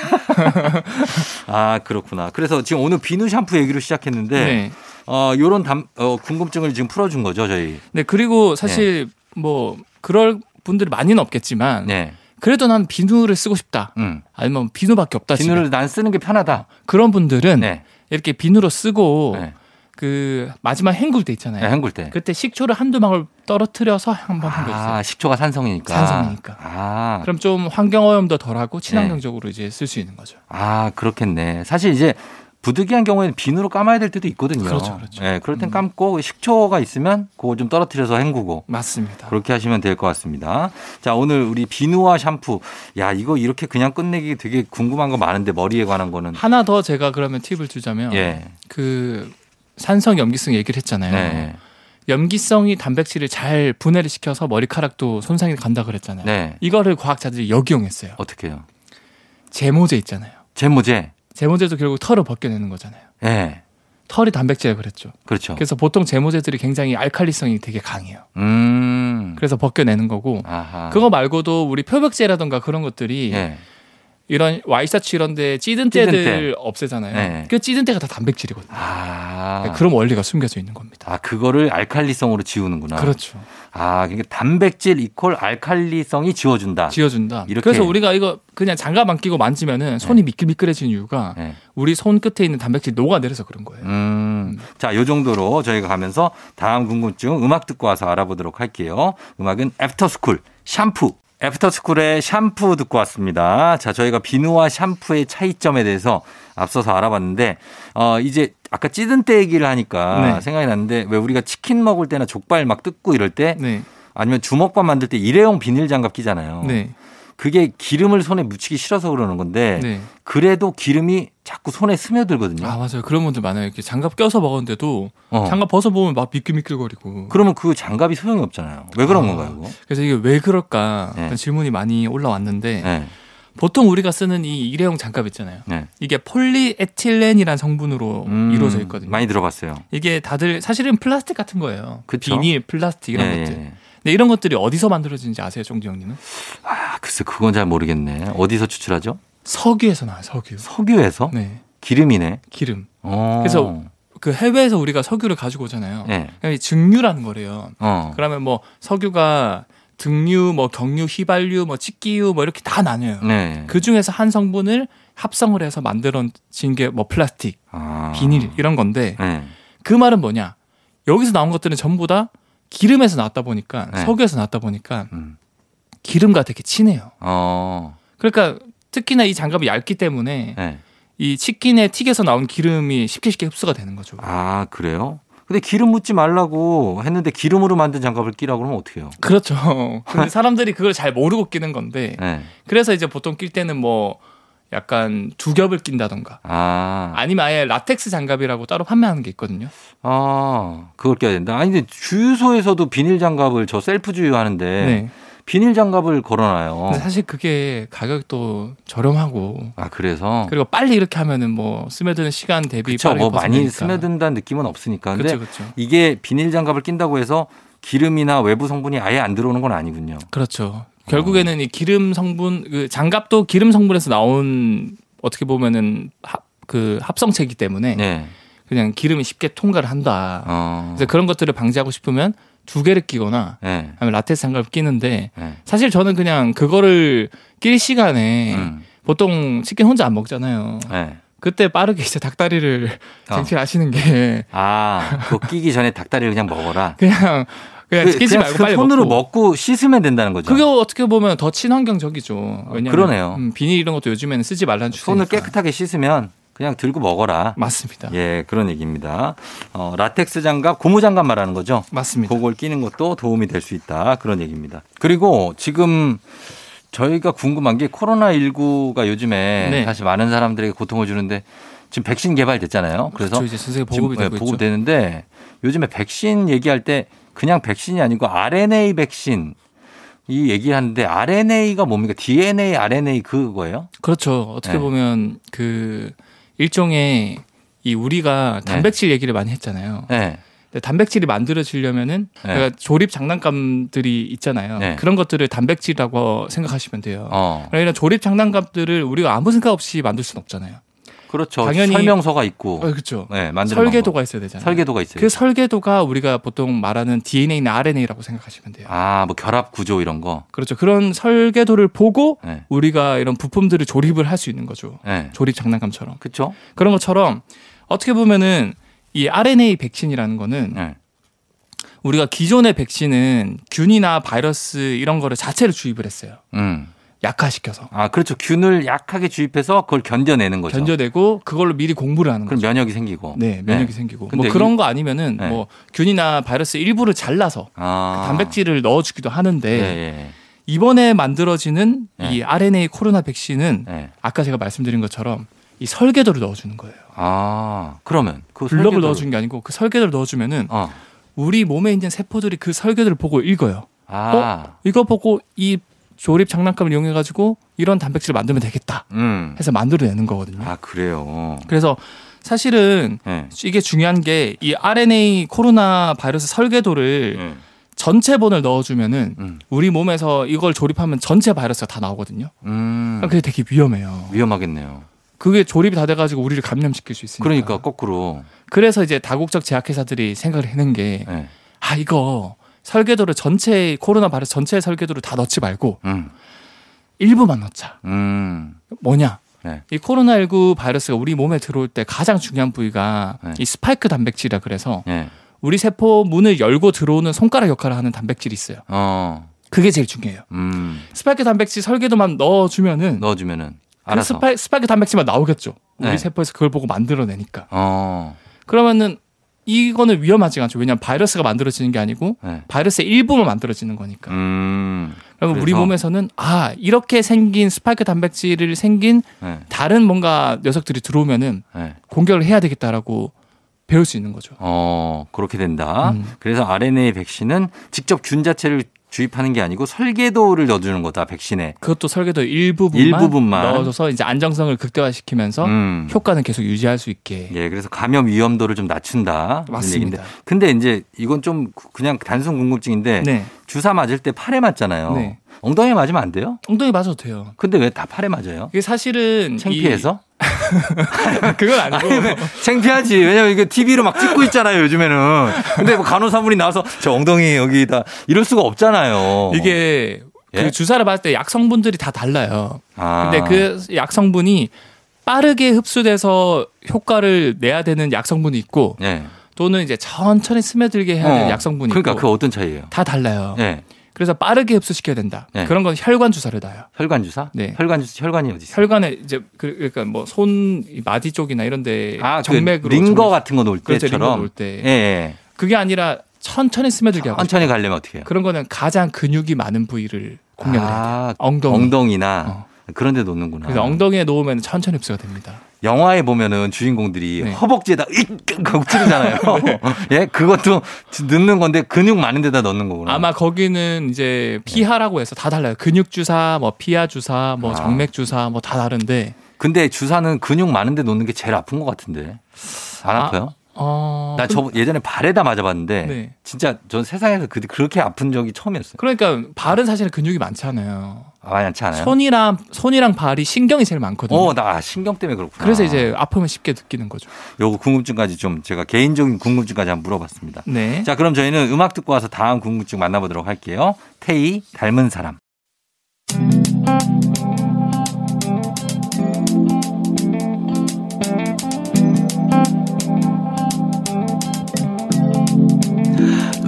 아, 그렇구나. 그래서 지금 오늘 비누 샴푸 얘기로 시작했는데,
네.
어, 요런 담, 어, 궁금증을 지금 풀어준 거죠, 저희.
네 그리고 사실
예.
뭐 그럴 분들이 많이는 없겠지만
네.
그래도 난 비누를 쓰고 싶다.
음.
아니면 음. 비누밖에 없다. 집에.
비누를 난 쓰는 게 편하다.
그런 분들은
네.
이렇게 비누로 쓰고
네.
그 마지막 헹굴 때 있잖아요.
네, 헹굴 때.
그때 식초를 한두 방울 떨어뜨려서 한번 헹궈주세요.
아, 식초가 산성이니까.
산성이니까.
아,
그럼 좀 환경오염도 덜하고 친환경적으로
네.
이제 쓸 수 있는 거죠.
아, 그렇겠네. 사실 이제 부득이한 경우에는 비누로 감아야 될 때도 있거든요.
그렇죠, 그렇죠.
네, 그럴 땐 감고 식초가 있으면 그거 좀 떨어뜨려서 헹구고.
맞습니다.
그렇게 하시면 될 것 같습니다. 자, 오늘 우리 비누와 샴푸. 야, 이거 이렇게 그냥 끝내기 되게 궁금한 거 많은데 머리에 관한 거는.
하나 더 제가 그러면 팁을 주자면
예.
그 산성 염기성 얘기를 했잖아요.
네.
염기성이 단백질을 잘 분해를 시켜서 머리카락도 손상이 간다 그랬잖아요.
네.
이거를 과학자들이 역이용했어요.
어떻게 해요?
제모제 있잖아요.
제모제.
제모제도 결국 털을 벗겨내는 거잖아요.
예.
털이 단백질이라 그랬죠.
그렇죠.
그래서 보통 제모제들이 굉장히 알칼리성이 되게 강해요.
음.
그래서 벗겨내는 거고
아하.
그거 말고도 우리 표백제라던가 그런 것들이
예.
이런 와이셔츠 이런 데 찌든
찌든
때들
때.
없애잖아요.
네.
그 찌든 때가 다 단백질이거든요. 그러니까
아.
그런 원리가 숨겨져 있는 겁니다.
아, 그거를 알칼리성으로 지우는구나.
그렇죠.
아, 그러니까 단백질 이퀄 알칼리성이 지워준다.
지어준다.
아. 이렇게. 네.
그래서 우리가 이거 그냥 장갑 안 끼고 만지면은 손이 미끌미끌해지는 이유가
예.
우리 손 끝에 있는 단백질 녹아내려서 그런 거예요.
음. 자, 요 정도로 저희가 가면서 다음 궁금증 음악 듣고 와서 알아보도록 할게요. 음악은 애프터스쿨 샴푸. 애프터스쿨의 샴푸 듣고 왔습니다. 자, 저희가 비누와 샴푸의 차이점에 대해서 앞서서 알아봤는데, 어, 이제 아까 찌든 때 얘기를 하니까
네.
생각이 났는데, 왜 우리가 치킨 먹을 때나 족발 막 뜯고 이럴 때,
네.
아니면 주먹밥 만들 때 일회용 비닐 장갑 끼잖아요.
네.
그게 기름을 손에 묻히기 싫어서 그러는 건데,
네.
그래도 기름이 자꾸 손에 스며들거든요.
아 맞아요. 그런 분들 많아요. 이렇게 장갑 껴서 먹었는데도
어.
장갑 벗어 보면 막 미끌미끌거리고.
그러면 그 장갑이 소용이 없잖아요. 왜 그런
아,
건가요? 그거?
그래서 이게 왜 그럴까
네.
그런 질문이 많이 올라왔는데
네.
보통 우리가 쓰는 이 일회용 장갑 있잖아요.
네.
이게 폴리에틸렌이라는 성분으로
음,
이루어져 있거든요.
많이 들어봤어요.
이게 다들 사실은 플라스틱 같은 거예요.
그쵸?
비닐, 플라스틱 이런
예,
것들.
예.
근데 이런 것들이 어디서 만들어지는지 아세요, 종지 형님은?
아, 글쎄 그건 잘 모르겠네. 어디서 추출하죠?
석유에서 나와요, 석유.
석유에서
네,
기름이네.
기름.
어.
그래서 그 해외에서 우리가 석유를 가지고 오잖아요.
예.
그냥 이 증류라는 거래요.
어.
그러면 뭐 석유가 등류, 뭐 경류, 휘발유, 뭐 직기유 뭐 이렇게 다 나뉘어요.
네.
그 중에서 한 성분을 합성을 해서 만들어진 게 뭐 플라스틱,
아.
비닐 이런 건데
네.
그 말은 뭐냐? 여기서 나온 것들은 전부 다 기름에서 나왔다 보니까
네.
석유에서 나왔다 보니까
음.
기름과 되게 친해요.
어.
그러니까 특히나 이 장갑이 얇기 때문에
네.
이 치킨의 튀겨서 나온 기름이 쉽게 쉽게 흡수가 되는 거죠.
아 그래요? 근데 기름 묻지 말라고 했는데 기름으로 만든 장갑을 끼라고 그러면 어떡해요?
그렇죠. 근데 사람들이 그걸 잘 모르고 끼는 건데
네.
그래서 이제 보통 낄 때는 뭐 약간 두 겹을 낀다던가
아.
아니면 아예 라텍스 장갑이라고 따로 판매하는 게 있거든요.
아, 그걸 껴야 된다. 아니, 근데 주유소에서도 비닐 장갑을 저 셀프 주유하는데
네.
비닐 장갑을 걸어놔요.
근데 사실 그게 가격도 저렴하고
아, 그래서?
그리고 빨리 이렇게 하면은 뭐 스며드는 시간 대비
그쵸,
빠르게
뭐 많이
벗어나니까.
스며든다는 느낌은 없으니까. 근데
그렇죠, 그렇죠.
이게 비닐 장갑을 낀다고 해서 기름이나 외부 성분이 아예 안 들어오는 건 아니군요. 어.
그렇죠. 결국에는 이 기름 성분, 그 장갑도 기름 성분에서 나온 어떻게 보면은 합, 그 합성체이기 때문에
네.
그냥 기름이 쉽게 통과를 한다.
어.
그래서 그런 것들을 방지하고 싶으면 두 개를 끼거나
네.
아니면 라텍스 장갑을 끼는데
네.
사실 저는 그냥 그거를 낄 시간에
음.
보통 치킨 혼자 안 먹잖아요.
네.
그때 빠르게 이제 닭다리를
어.
쟁취하시는 게
아, 그거 끼기 전에 닭다리를 그냥 먹어라.
그냥 그냥
그-
네, 끼지
그냥
말고
그
빨리
손으로
먹고.
먹고. 씻으면 된다는 거죠.
그게 어떻게 보면 더 친환경적이죠. 왜냐면
아, 그러네요.
음, 비닐 이런 것도 요즘에는 쓰지 말라는 주제.
손을 깨끗하게 씻으면 그냥 들고 먹어라.
맞습니다.
예, 그런 얘기입니다. 어, 라텍스 장갑, 고무 장갑 말하는 거죠?
맞습니다.
그걸 끼는 것도 도움이 될 수 있다. 그런 얘기입니다. 그리고 지금 저희가 궁금한 게 코로나19가 요즘에
네.
사실 많은 사람들에게 고통을 주는데 지금 백신 개발됐잖아요. 그래서
그렇죠. 이제 전 세계
지금
보급이
예,
되고 있죠.
보급되는데 요즘에 백신 얘기할 때 그냥 백신이 아니고 RNA 백신 이 얘기하는데 RNA가 뭡니까? DNA, RNA 그거예요?
그렇죠. 어떻게
네.
보면 그 일종의 이 우리가
네.
단백질 얘기를 많이 했잖아요.
네.
근데 단백질이 만들어지려면은
네.
그러니까 조립 장난감들이 있잖아요.
네.
그런 것들을 단백질이라고 생각하시면 돼요.
어.
그러니까 조립 장난감들을 우리가 아무 생각 없이 만들 수는 없잖아요.
그렇죠.
당연히-
설명서가 있고.
그렇죠.
네, 만드는
설계도가
방법.
있어야 되잖아요.
설계도가 있어요.
그 설계도가 우리가 보통 말하는 DNA나 RNA라고 생각하시면 돼요.
아, 뭐 결합 구조 이런 거.
그렇죠. 그런 설계도를 보고
네.
우리가 이런 부품들을 조립을 할 수 있는 거죠.
네.
조립 장난감처럼.
그렇죠?
그런 것처럼 어떻게 보면은 이 RNA 백신이라는 거는
네.
우리가 기존의 백신은 균이나 바이러스 이런 거를 자체로 주입을 했어요.
음. 약화시켜서.
약화시켜서.
아, 그렇죠. 균을 약하게 주입해서 그걸 견뎌내는 거죠.
견뎌내고 그걸로 미리 공부를 하는
그럼
거죠.
면역이 생기고.
네, 면역이 생기고.
근데
뭐 그런 거 아니면은
네.
뭐 균이나 바이러스 일부를 잘라서
아.
그 단백질을 넣어주기도 하는데
예, 예.
이번에 만들어지는
네.
이 RNA 코로나 백신은
예.
아까 제가 말씀드린 것처럼 이 설계도를 넣어주는 거예요.
아, 그러면 그
블럭을
설계도를-
넣어준 게 아니고 그 설계도를 넣어주면은
어.
우리 몸에 있는 세포들이 그 설계도를 보고 읽어요.
아.
이거 보고 이 조립 장난감을 이용해 가지고 이런 단백질을 만들면 되겠다
음.
해서 만들어내는 거거든요.
아, 그래요.
그래서 사실은
예.
이게 중요한 게 이 RNA 코로나 바이러스 설계도를
예.
전체본을 넣어주면은
음.
우리 몸에서 이걸 조립하면 전체 바이러스가 다 나오거든요.
음.
그러니까 그게 되게 위험해요.
위험하겠네요.
그게 조립이 다 돼가지고 우리를 감염시킬 수 있으니까.
그러니까 거꾸로.
그래서 이제 다국적 제약회사들이 생각을 해낸 게 아
예.
이거 설계도를 전체 코로나 바이러스 전체 설계도를 다 넣지 말고
음.
일부만 넣자.
음.
뭐냐?
네.
이 코로나19 바이러스가 우리 몸에 들어올 때 가장 중요한 부위가
네.
이 스파이크 단백질이라 그래서
예.
우리 세포 문을 열고 들어오는 손가락 역할을 하는 단백질이 있어요.
어.
그게 제일 중요해요.
음.
스파이크 단백질 설계도만 넣어주면은
넣어 주면은
그
알아서.
스파, 스파이크 단백질만 나오겠죠. 우리
네.
세포에서 그걸 보고 만들어내니까.
어.
그러면은 이거는 위험하지가 않죠. 왜냐하면 바이러스가 만들어지는 게 아니고
네.
바이러스의 일부만 만들어지는 거니까.
음.
그러면 우리
그래서-
몸에서는 아 이렇게 생긴 스파이크 단백질을 생긴
네.
다른 뭔가 녀석들이 들어오면은
네.
공격을 해야 되겠다라고 배울 수 있는 거죠.
어, 그렇게 된다.
음.
그래서 RNA 백신은 직접 균 자체를 주입하는 게 아니고 설계도를 넣어주는 거다, 백신에.
그것도 설계도 일부분만,
일부분만.
넣어줘서 이제 안정성을 극대화시키면서
음.
효과는 계속 유지할 수 있게.
예, 그래서 감염 위험도를 좀 낮춘다. 이런
맞습니다.
얘기인데. 근데 이제 이건 좀 구- 그냥 단순 궁금증인데
네.
주사 맞을 때 팔에 맞잖아요.
네.
엉덩이에 맞으면 안 돼요?
엉덩이 맞아도 돼요.
근데 왜 다 팔에 맞아요?
이게 사실은 이- 어.
창피해서?
그건 아니고
창피하지. 왜냐면 이거 TV로 막 찍고 있잖아요, 요즘에는. 근데 뭐 간호사분이 나와서 저 엉덩이 여기다 이럴 수가 없잖아요.
이게
어. 예?
그 주사를 맞을 때 약 성분들이 다 달라요.
아.
근데 그 약 성분이 빠르게 흡수돼서 효과를 내야 되는 약 성분이 있고
예.
또는 이제 천천히 스며들게 해야 되는
어.
약 성분이
그러니까
있고
그 어떤 차이예요?
다 달라요.
예.
그래서 빠르게 흡수시켜야 된다.
네.
그런 건 혈관 주사를 놔요.
혈관 주사?
네.
혈관 주사 혈관이 어디 있어요?
혈관에 이제 그- 그러니까 뭐 손 마디 쪽이나 이런 데
아, 그
정맥으로
링거
정맥-
같은 거 놓을
그렇죠, 링거
때처럼.
놓을 때.
예, 예.
그게 아니라 천천히 스며들게 하고
천천히 가려면 어떻게 해요?
그런 거는 가장 근육이 많은 부위를 공략을 해요.
아,
엉덩이. 어.
엉덩이나 그런 데 놓는구나.
그래서 엉덩이에 놓으면 천천히 흡수가 됩니다.
영화에 보면은 주인공들이
네.
허벅지에다 으익 하고 찌르잖아요. 예, 그것도 넣는 건데 근육 많은 데다 넣는 거구나.
아마 거기는 이제 피하라고 해서 다 달라요. 근육 주사, 뭐 피하 주사, 뭐
아.
정맥 주사, 뭐 다 다른데.
근데 주사는 근육 많은 데 놓는 게 제일 아픈 것 같은데. 안
아,
아파요?
어.
나 저 예전에 발에다 맞아봤는데
네.
진짜 전 세상에서 그, 그렇게 아픈 적이 처음이었어요.
그러니까 발은 사실은 근육이 많잖아요.
아, 많지 않아요?
손이랑 손이랑 발이 신경이 제일 많거든요.
어, 나 신경 때문에 그렇구나.
그래서 이제 아픔을 쉽게 느끼는 거죠.
요거 궁금증까지 좀 제가 개인적인 궁금증까지 한번 물어봤습니다.
네.
자, 그럼 저희는 음악 듣고 와서 다음 궁금증 만나보도록 할게요. 테이 닮은 사람.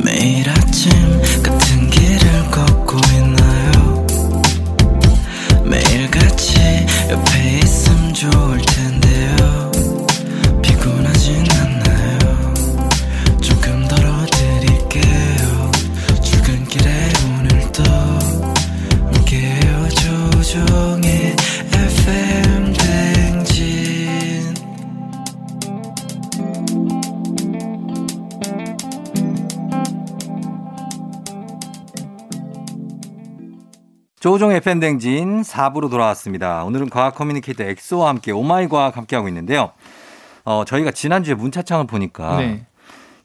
매일 아침 같은 길을 걷고 있나요 매일 같이 옆에 있음 좋을 텐데요 피곤하진 않나요 조금 덜어드릴게요 출근길에 오늘도 함께해요 조종의 FM 댕진
조종 FM 댕진 4부로 돌아왔습니다. 오늘은 과학 커뮤니케이터 엑소와 함께 오마이 과학 함께하고 있는데요. 어, 저희가 지난주에 문자창을 보니까
네.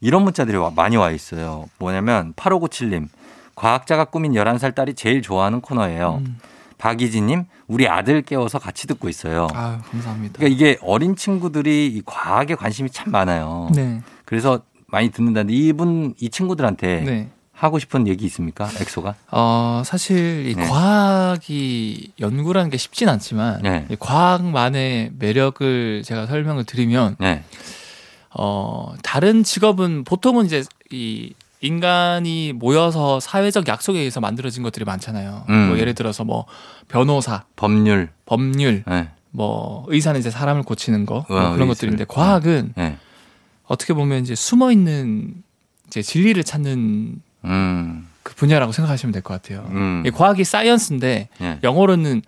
이런 문자들이 와- 많이 와 있어요. 뭐냐면 8597님 과학자가 꾸민 11살 딸이 제일 좋아하는 코너예요.
음.
박이진님 우리 아들 깨워서 같이 듣고 있어요.
아 감사합니다.
그러니까 이게 어린 친구들이 이 과학에 관심이 참 많아요.
네.
그래서 많이 듣는다는데 이분 이 친구들한테
네.
하고 싶은 얘기 있습니까? 엑소가?
어, 사실 이
네.
과학이 연구라는 게 쉽진 않지만
네.
이 과학만의 매력을 제가 설명을 드리면
네.
어, 다른 직업은 보통은 이제 이 인간이 모여서 사회적 약속에 의해서 만들어진 것들이 많잖아요.
음.
뭐 예를 들어서 뭐 변호사,
법률.
법률,
네.
뭐 의사는 이제 사람을 고치는 거 뭐
와,
그런
아, 의사를.
것들인데 과학은
네.
어떻게 보면 이제 숨어 있는 이제 진리를 찾는
음.
그 분야라고 생각하시면 될 것 같아요.
음.
이 과학이 사이언스인데
네.
영어로는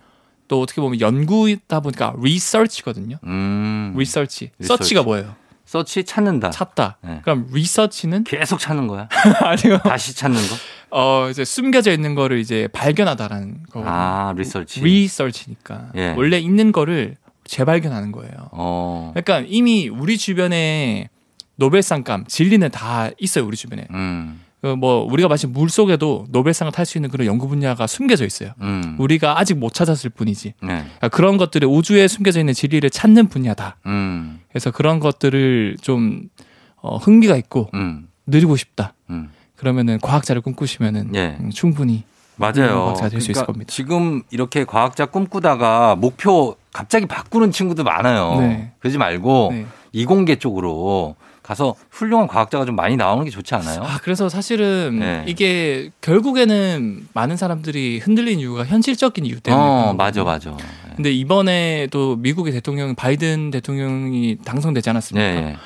또 어떻게 보면 연구다 보니까 research거든요.
음.
research.
research.
search가 뭐예요?
서치 찾는다.
찾다.
네.
그럼 research는
계속 찾는 거야.
아니요.
다시 찾는 거?
어 이제 숨겨져 있는 거를 이제 발견하다라는 거.
아, 리서치.
research니까
예.
원래 있는 거를 재발견하는 거예요.
어.
그러니까 이미 우리 주변에 노벨상감 진리는 다 있어요 우리 주변에.
음.
그뭐 우리가 마치 물 속에도 노벨상을 탈 수 있는 그런 연구 분야가 숨겨져 있어요.
음.
우리가 아직 못 찾았을 뿐이지.
네.
그러니까 그런 것들이 우주에 숨겨져 있는 진리를 찾는 분야다.
음.
그래서 그런 것들을 좀 어, 흥미가 있고
음.
누리고 싶다.
음.
그러면은 과학자를 꿈꾸시면은
예.
음, 충분히
맞아요.
과학자 될수 있을 겁니다.
지금 이렇게 과학자 꿈꾸다가 목표 갑자기 바꾸는 친구도 많아요.
네.
그러지 말고
네.
이공계 쪽으로 가서 훌륭한 과학자가 좀 많이 나오는 게 좋지 않아요?
아 그래서 사실은
네.
이게 결국에는 많은 사람들이 흔들린 이유가 현실적인 이유 때문에.
어,
그런
맞아,
거거든요.
맞아.
근데 이번에 또 미국의 대통령 바이든 대통령이 당선되지
예,
않았습니까?
예.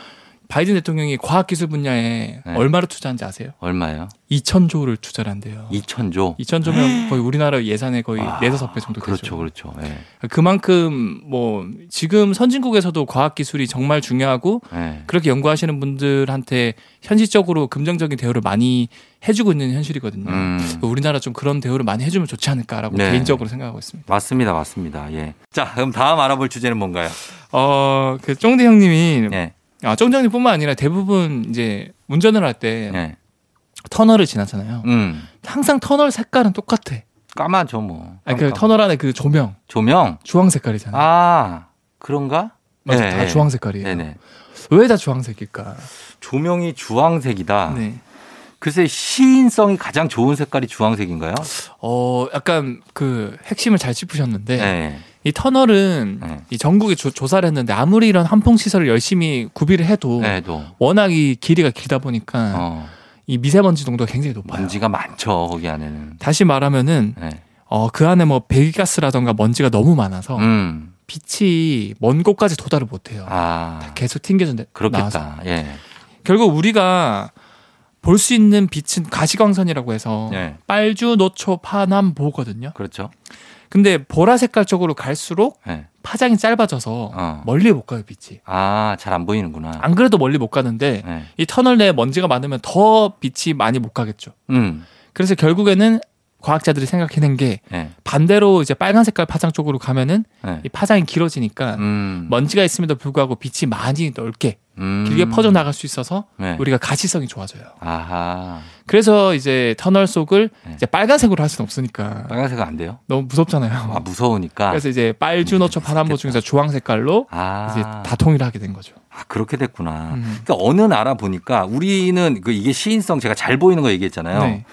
바이든 대통령이 과학기술 분야에
네.
얼마를 투자한지 아세요?
얼마예요?
2천조를 투자한대요.
2천조.
2천조면 거의 우리나라 예산의 거의
네. 아,
네 4, 5배 정도 되죠.
그렇죠, 그렇죠. 예.
그만큼 뭐 지금 선진국에서도 과학기술이 정말 중요하고
예.
그렇게 연구하시는 분들한테 현실적으로 긍정적인 대우를 많이 해주고 있는 현실이거든요.
음.
우리나라 좀 그런 대우를 많이 해주면 좋지 않을까라고
네.
개인적으로 생각하고 있습니다.
맞습니다, 맞습니다. 예. 자, 그럼 다음 알아볼 주제는 뭔가요?
어, 그 쫑대 형님이
예.
아, 쫑대 형님뿐만 아니라 대부분 이제 운전을 할 때
예.
터널을 지나잖아요.
음.
항상 터널 색깔은 똑같아.
까마죠, 뭐.
아니, 그 터널 안에 그 조명
조명?
주황 색깔이잖아요.
아, 그런가?
맞아,
예,
다
예.
주황 색깔이에요.
네네.
왜 다 주황색일까?
조명이 주황색이다.
네.
글쎄 시인성이 가장 좋은 색깔이 주황색인가요?
어, 약간 그 핵심을 잘 짚으셨는데
네.
이 터널은
네.
이 전국에 조, 사를 했는데 아무리 이런 한풍 시설을 열심히 구비를 해도
네, 또.
워낙 이 길이가 길다 보니까
어,
이 미세먼지 농도가 굉장히 높아요.
먼지가 많죠 거기 안에는.
다시 말하면은
네.
어, 그 안에 뭐 배기가스라던가 먼지가 너무 많아서
음.
빛이 먼 곳까지 도달을 못해요.
아.
계속 튕겨져 나와서.
그렇겠다. 예.
결국 우리가 볼 수 있는 빛은 가시광선이라고 해서
예.
빨주, 노초, 파남, 보거든요.
그렇죠.
근데 보라색깔 쪽으로 갈수록
예.
파장이 짧아져서
어.
멀리 못 가요 빛이.
아, 잘 안 보이는구나.
안 그래도 멀리 못 가는데
예.
이 터널 내에 먼지가 많으면 더 빛이 많이 못 가겠죠.
음. 그래서
그래서 결국에는 과학자들이 생각해낸 게
예.
반대로 이제 빨간 색깔 파장 쪽으로 가면은
예.
이 파장이 길어지니까
음.
먼지가 있음에도 불구하고 빛이 많이 넓게
음.
길게 퍼져 나갈 수 있어서
네.
우리가 가시성이 좋아져요.
아하.
그래서 이제 터널 속을
네.
이제 빨간색으로 할 수는 없으니까
빨간색 안 돼요?
너무 무섭잖아요.
아, 무서우니까.
그래서 이제 빨주노초 파남보 중에서 주황 색깔로
아.
이제 다 통일하게 된 거죠.
아, 그렇게 됐구나.
음.
그러니까 어느 나라 보니까 우리는 그 이게 시인성 제가 잘 보이는 거 얘기했잖아요.
네.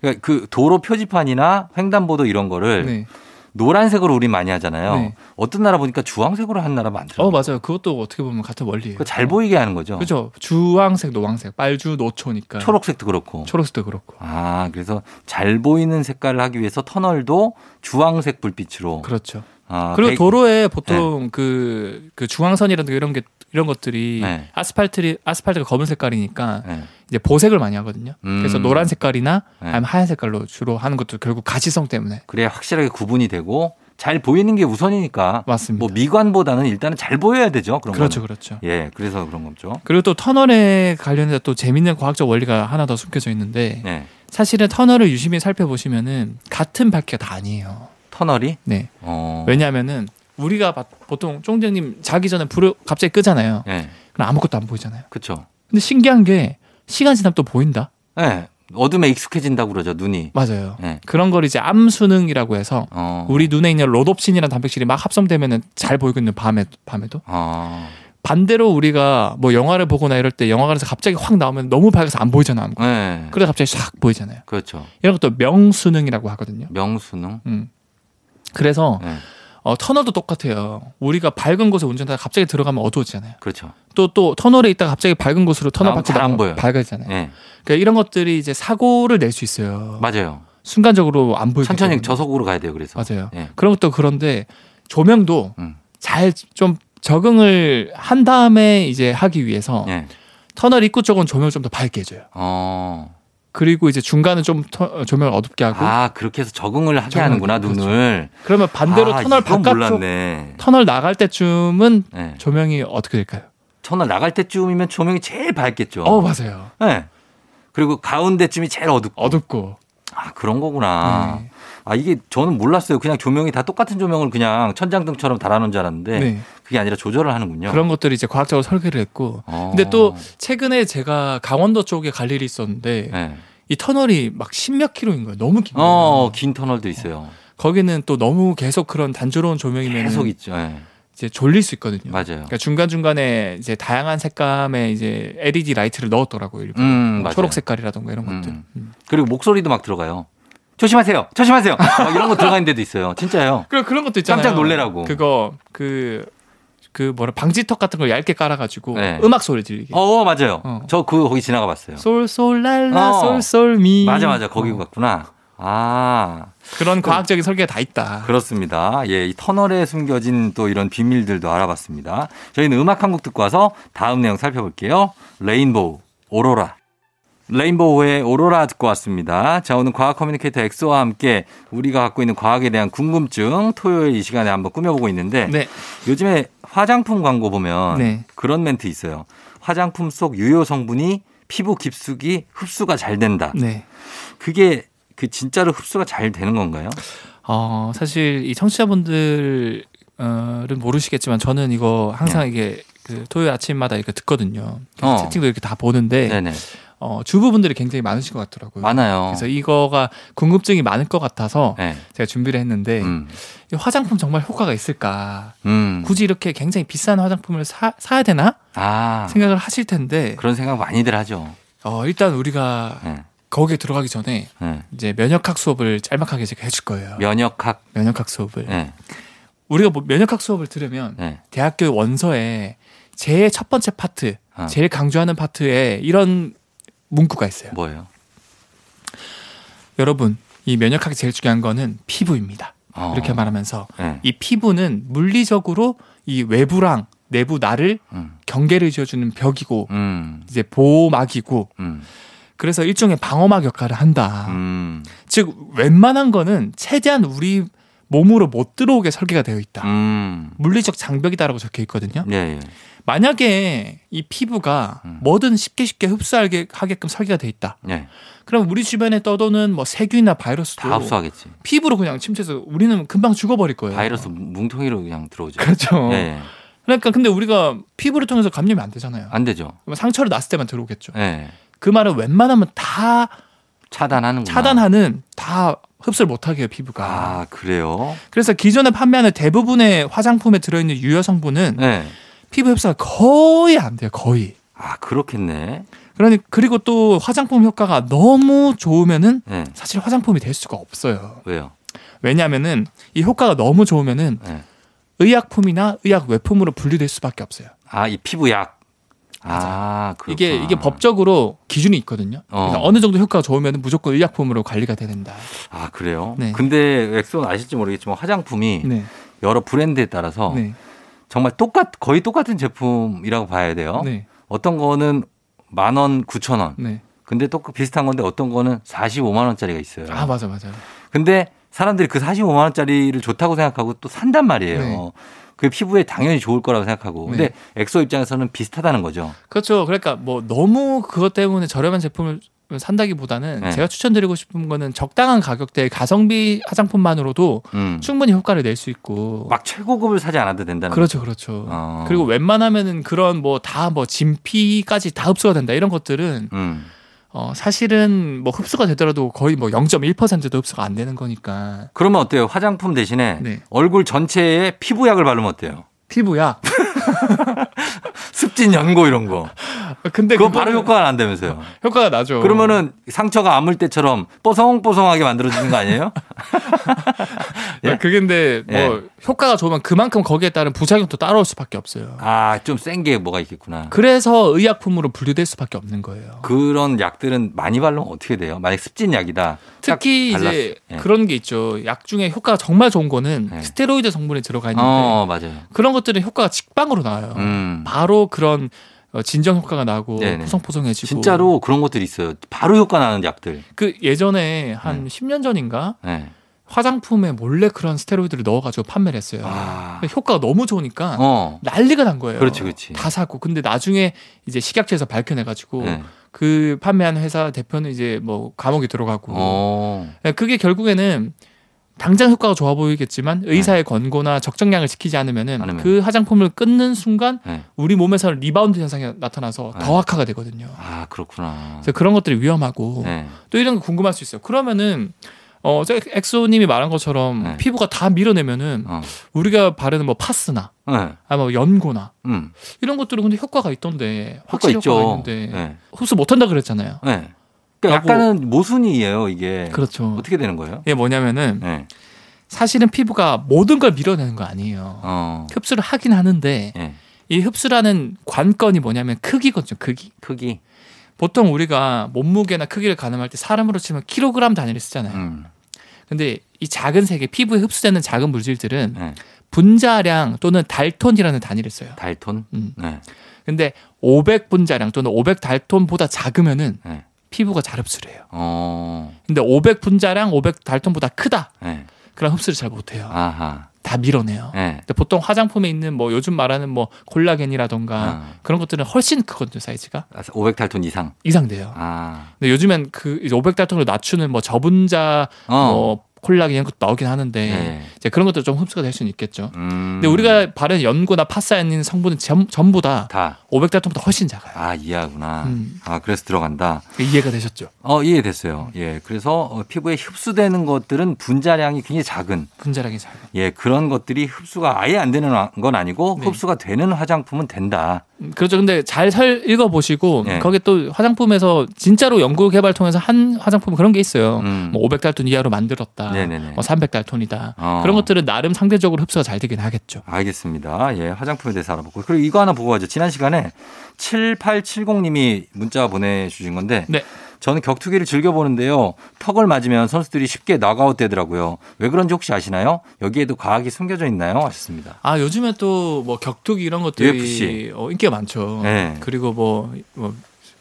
그러니까 그 도로 표지판이나 횡단보도 이런 거를
네.
노란색으로 우리 많이 하잖아요.
네.
어떤 나라 보니까 주황색으로 한 나라 많더라고요.
어 맞아요. 그것도 어떻게 보면 같은 원리예요.
그거 잘 보이게 하는 거죠.
그렇죠. 주황색, 노황색, 빨주, 노초니까
초록색도 그렇고.
초록색도 그렇고.
아, 그래서 잘 보이는 색깔을 하기 위해서 터널도 주황색 불빛으로.
그렇죠.
아,
그리고
백-
도로에 보통 그, 그 중앙선이라든가 이런 게 이런 것들이
네.
아스팔트 아스팔트가 검은 색깔이니까
네.
이제 보색을 많이 하거든요. 그래서
음.
노란 색깔이나
네.
아니면 하얀 색깔로 주로 하는 것도 결국 가시성 때문에
그래야 확실하게 구분이 되고 잘 보이는 게 우선이니까.
맞습니다.
뭐 미관보다는 일단은 잘 보여야 되죠. 그런
그렇죠,
거는.
그렇죠.
예, 그래서 그런 거죠.
그리고 또 터널에 관련해서 또 재밌는 과학적 원리가 하나 더 숨겨져 있는데
네.
사실은 터널을 유심히 살펴보시면은 같은 밝기가 다 아니에요.
터널이
네.
어.
왜냐하면은 우리가 바- 보통 쫑장님 자기 전에 불을 갑자기 끄잖아요.
예.
그럼 아무것도 안 보이잖아요.
그쵸.
근데 신기한 게 시간 지나면 또 보인다.
예. 어둠에 익숙해진다고 그러죠, 눈이.
맞아요.
예.
그런 걸 이제 암수능이라고 해서
어.
우리 눈에 있는 로돕신이라는 단백질이 막 합성되면은 잘 보이거든요. 밤에 밤에도.
아.
반대로 우리가 뭐 영화를 보거나 이럴 때 영화관에서 갑자기 확 나오면 너무 밝아서 안 보이잖아. 아무것도.
예.
그래서 갑자기 싹 보이잖아요.
그렇죠.
이런 것도 명수능이라고 하거든요.
명수능.
음. 그래서
예.
어, 터널도 똑같아요. 우리가 밝은 곳에 운전하다가 갑자기 들어가면 어두워지잖아요.
그렇죠.
또 또 터널에 있다가 갑자기 밝은 곳으로 터널
나오면
밖에
잘안
나가면
보여요.
밝아지잖아요.
예.
그러니까 이런 것들이 이제 사고를 낼 수 있어요.
맞아요.
순간적으로 안 보이기
천천히
때문에.
저속으로 가야 돼요, 그래서.
맞아요.
예.
그런 것도 그런데 조명도
음.
잘 좀 적응을 한 다음에 이제 하기 위해서
예.
터널 입구 쪽은 조명을 좀 더 밝게 해줘요.
어.
그리고 이제 중간은 좀 터- 조명을 어둡게 하고
아, 그렇게 해서 적응을 하게
적응을
하는구나,
그렇죠.
눈을.
그러면 반대로
아,
터널
이건
바깥쪽
몰랐네.
터널 나갈 때쯤은
예.
조명이 어떻게 될까요?
터널 나갈 때쯤이면 조명이 제일 밝겠죠.
어 맞아요.
예. 그리고 가운데쯤이 제일 어둡고.
어둡고
아, 그런 거구나.
네.
아, 이게 저는 몰랐어요. 그냥 조명이 다 똑같은 조명을 그냥 천장등처럼 달아놓은 줄 알았는데
네.
그게 아니라 조절을 하는군요.
그런 것들이 이제 과학적으로 설계를 했고
어.
근데 또 최근에 제가 강원도 쪽에 갈 일이 있었는데
예.
이 터널이 막 십몇 킬로인 거예요. 너무 긴 거예요.
어, 긴 터널도 있어요.
거기는 또 너무 계속 그런 단조로운 조명이면
계속 있죠. 예.
이제 졸릴 수 있거든요.
맞아요.
음. 그러니까 중간 중간에 이제 다양한 색감의 이제 LED 라이트를 넣었더라고요. 일부러. 뭐
음, 맞아요.
초록 색깔이라든가 이런 것들.
음.
음.
그리고 목소리도 막 들어가요. 조심하세요. 조심하세요. 막 이런 거 들어가는 데도 있어요. 진짜요.
그런 그런 것도 있잖아요.
깜짝 놀래라고.
그거 그. 그 뭐라 방지턱 같은 걸 얇게 깔아가지고
네.
음악 소리 들리게
어, 어, 맞아요.
어.
저 그 거기 지나가 봤어요.
솔솔랄라
어.
솔솔미
맞아 맞아. 거기
어.
갔구나. 아,
그런 과학적인 설계가 다 있다
그렇습니다. 예, 이 터널에 숨겨진 또 이런 비밀들도 알아봤습니다. 저희는 음악 한 곡 듣고 와서 다음 내용 살펴볼게요. 레인보우, 오로라. 레인보우의 오로라 듣고 왔습니다. 자, 오늘 과학 커뮤니케이터 엑소와 함께 우리가 갖고 있는 과학에 대한 궁금증 토요일 이 시간에 한번 꾸며보고 있는데
네
요즘에 화장품 광고 보면
네.
그런 멘트 있어요. 화장품 속 유효 성분이 피부 깊숙이 흡수가 잘 된다.
네.
그게 그 진짜로 흡수가 잘 되는 건가요?
어, 사실 이 청취자분들은 모르시겠지만 저는 이거 항상 이게 그 토요일 아침마다 이렇게 듣거든요.
네. 어.
채팅도 이렇게 다 보는데
네네.
어, 주부분들이 굉장히 많으신 것 같더라고요.
많아요.
그래서 이거가 궁금증이 많을 것 같아서
네.
제가 준비를 했는데
음.
이 화장품 정말 효과가 있을까?
음.
굳이 이렇게 굉장히 비싼 화장품을 사, 사야 되나
아
생각을 하실 텐데
그런 생각 많이들 하죠.
어, 일단 우리가
네.
거기에 들어가기 전에
네.
이제 면역학 수업을 짤막하게 제가 해줄 거예요.
면역학.
면역학 수업을
네.
우리가 뭐 면역학 수업을 들으면
네.
대학교 원서에 제일 첫 번째 파트,
아.
제일 강조하는 파트에 이런 문구가 있어요.
네. 뭐예요?
여러분, 이 면역학이 제일 중요한 거는 피부입니다.
어.
이렇게 말하면서
네.
이 피부는 물리적으로 이 외부랑 내부 나를
음.
경계를 지어주는 벽이고
음.
이제 보호막이고
음.
그래서 일종의 방어막 역할을 한다.
음.
즉 웬만한 거는 최대한 우리 몸으로 못 들어오게 설계가 되어 있다.
음.
물리적 장벽이다라고 적혀 있거든요.
예, 예.
만약에 이 피부가
음.
뭐든 쉽게 쉽게 흡수하게 하게끔 설계가 돼 있다.
예.
그럼 우리 주변에 떠도는 뭐 세균이나 바이러스도
다 흡수하겠지.
피부로 그냥 침투해서 우리는 금방 죽어버릴 거예요.
바이러스 뭉텅이로 그냥 들어오죠.
네. 그렇죠.
예, 예.
그러니까 근데 우리가 피부를 통해서 감염이 안 되잖아요.
안 되죠.
그러면 상처를 났을 때만 들어오겠죠.
예.
그 말은 웬만하면 다
음. 차단하는 구나
차단하는 다 흡수를 못하게 해요 피부가.
아, 그래요?
그래서 기존에 판매하는 대부분의 화장품에 들어있는 유효 성분은
네.
피부 흡수가 거의 안 돼요. 거의.
아, 그렇겠네.
그러니 그리고 또 화장품 효과가 너무 좋으면은
네.
사실 화장품이 될 수가 없어요.
왜요?
왜냐하면은 이 효과가 너무 좋으면은
네.
의약품이나 의약 외품으로 분리될 수밖에 없어요.
아, 이 피부약. 아, 그렇구나.
이게 이게 법적으로 기준이 있거든요.
어.
그래서 어느 정도 효과가 좋으면은 무조건 의약품으로 관리가 돼야 된다.
아, 그래요?
네.
근데 엑소는 아실지 모르겠지만 화장품이 어.
네.
여러 브랜드에 따라서
네.
정말 똑같 거의 똑같은 제품이라고 봐야 돼요.
네.
어떤 거는 만 원, 구천 원.
네.
근데 또그 비슷한 건데 어떤 거는 45만 원짜리가 있어요.
아 맞아 맞아.
근데 사람들이 그 45만 원짜리를 좋다고 생각하고 또 산단 말이에요.
네.
그게 피부에 당연히 좋을 거라고 생각하고.
네.
근데 엑소 입장에서는 비슷하다는 거죠.
그렇죠. 그러니까 뭐 너무 그것 때문에 저렴한 제품을 산다기보다는
네.
제가 추천드리고 싶은 거는 적당한 가격대의 가성비 화장품만으로도
음.
충분히 효과를 낼 수 있고
막 최고급을 사지 않아도 된다는
그렇죠 그렇죠
거죠. 어.
그리고 웬만하면은 그런 뭐 다 뭐 진피까지 다 흡수가 된다 이런 것들은
음.
어 사실은 뭐 흡수가 되더라도 거의 뭐 0.1%도 흡수가 안 되는 거니까
그러면 어때요? 화장품 대신에
네.
얼굴 전체에 피부약을 바르면 어때요?
피부야
습진 연고 이런 거.
아, 근데
그거
네, 그거는 어.
바로 효과가 안 된다면서요.
효과가 나죠
그러면은 상처가 아물 때처럼 뽀송뽀송하게 만들어주는 거 아니에요? 예.
아, 그게 근데 뭐
예.
효과가 좋으면 그만큼 거기에 따른 부작용도 따라올 수밖에 없어요
아, 좀 센 게 뭐가 있겠구나.
그래서 의약품으로 분류될 수밖에 없는 거예요
그런 약들은 많이 바르면 어떻게 돼요? 만약 습진 약이다.
특히
딱 발랐어.
이제
예.
그런 게 있죠 약 중에 효과가 정말 좋은 거는
네.
스테로이드 성분이 들어가 있는데
어, 맞아요.
그런 것들은 효과가 직방으로 나와요
음.
바로 그런 어, 진정 효과가 나고
네네.
포송포송해지고
진짜로 그런 것들이 있어요. 바로 효과 나는 약들.
그 예전에 한
음.
10년 전인가
네.
화장품에 몰래 그런 스테로이드를 넣어가지고 판매를 했어요.
아.
근데 효과가 너무 좋으니까
어.
난리가 난 거예요.
그렇지, 그렇지.
다 사고 근데 나중에 이제 식약처에서 밝혀내가지고
네.
그 판매한 회사 대표는 이제 뭐 감옥에 들어가고 네,
어.
그게 결국에는 당장 효과가 좋아 보이겠지만 의사의 권고나 적정량을 지키지 않으면은
네. 않으면.
그 화장품을 끊는 순간
네.
우리 몸에서는 리바운드 현상이 나타나서
네.
더 악화가 되거든요.
아, 그렇구나.
그래서 그런 것들이 위험하고
네.
또 이런 거 궁금할 수 있어요. 그러면은 어, 저 엑소님이 말한 것처럼
네.
피부가 다 밀어내면은
어.
우리가 바르는 뭐 파스나
네.
아뭐 연고나
음.
이런 것들은 근데 효과가 있던데
효과
확실히 효과가
있죠.
있는데
네.
흡수 못한다 그랬잖아요.
네. 그러니까 약간은 모순이에요, 이게.
그렇죠.
네.
음.
어떻게 되는 거예요?
이게 뭐냐면은
네.
사실은 피부가 모든 걸 밀어내는 거 아니에요.
어.
흡수를 하긴 하는데
네.
이 흡수라는 관건이 뭐냐면 크기거든요. 크기.
크기.
보통 우리가 몸무게나 크기를 가늠할 때 사람으로 치면 킬로그램 단위를 쓰잖아요.
음.
근데 이 작은 세계 피부에 흡수되는 작은 물질들은
네.
분자량 또는 달톤이라는 단위를 써요.
달톤.
음.
네.
근데 500 분자량 또는 500 달톤보다 작으면은
네.
피부가 잘 흡수를 해요.
어.
근데 500 분자량 500 달톤보다 크다.
네.
그럼 흡수를 잘 못해요.
아하.
다 밀어내요.
네.
근데 보통 화장품에 있는 뭐 요즘 말하는 뭐 콜라겐이라던가
아.
그런 것들은 훨씬 크거든요 사이즈가
500달톤 아, 이상.
이상돼요.
아.
근데 요즘엔 그 500달톤으로 낮추는 뭐 저분자
어. 네.
뭐 콜라겐 이런 것도 나오긴 하는데 이제 그런 것도 좀 흡수가 될 수는 있겠죠.
음.
네. 근데 우리가 바른 연고나 파스에 있는 성분은 전, 전부 다
다.
500달톤보다 훨씬 작아요.
아, 이해하구나.
음.
아, 그래서 들어간다.
이해가 되셨죠?
어, 이해됐어요. 예. 그래서 어, 피부에 흡수되는 것들은 분자량이 굉장히 작은
분자량이 작아요.
예, 그런 것들이 흡수가 아예 안 되는 화- 건 아니고
네.
흡수가 되는 화장품은 된다.
음, 그렇죠. 근데 잘 설, 읽어보시고
네.
거기 또 화장품에서 진짜로 연구 개발 통해서 한 화장품 그런 게 있어요.
음.
뭐 500달톤 이하로 만들었다.
네네네.
뭐 300달톤이다.
어.
그런 것들은 나름 상대적으로 흡수가 잘 되긴 하겠죠.
알겠습니다. 예, 화장품에 대해서 알아보고. 그리고 이거 하나 보고 가죠. 지난 시간에 7870님이 문자 보내주신 건데.
네.
저는 격투기를 즐겨보는데요. 턱을 맞으면 선수들이 쉽게 나가웃 되더라고요. 왜 그런지 혹시 아시나요? 여기에도 과학이 숨겨져 있나요? 하셨습니다.
아 요즘에 또 뭐 격투기 이런 것들이
UFC.
어, 인기가 많죠.
네.
그리고 뭐, 뭐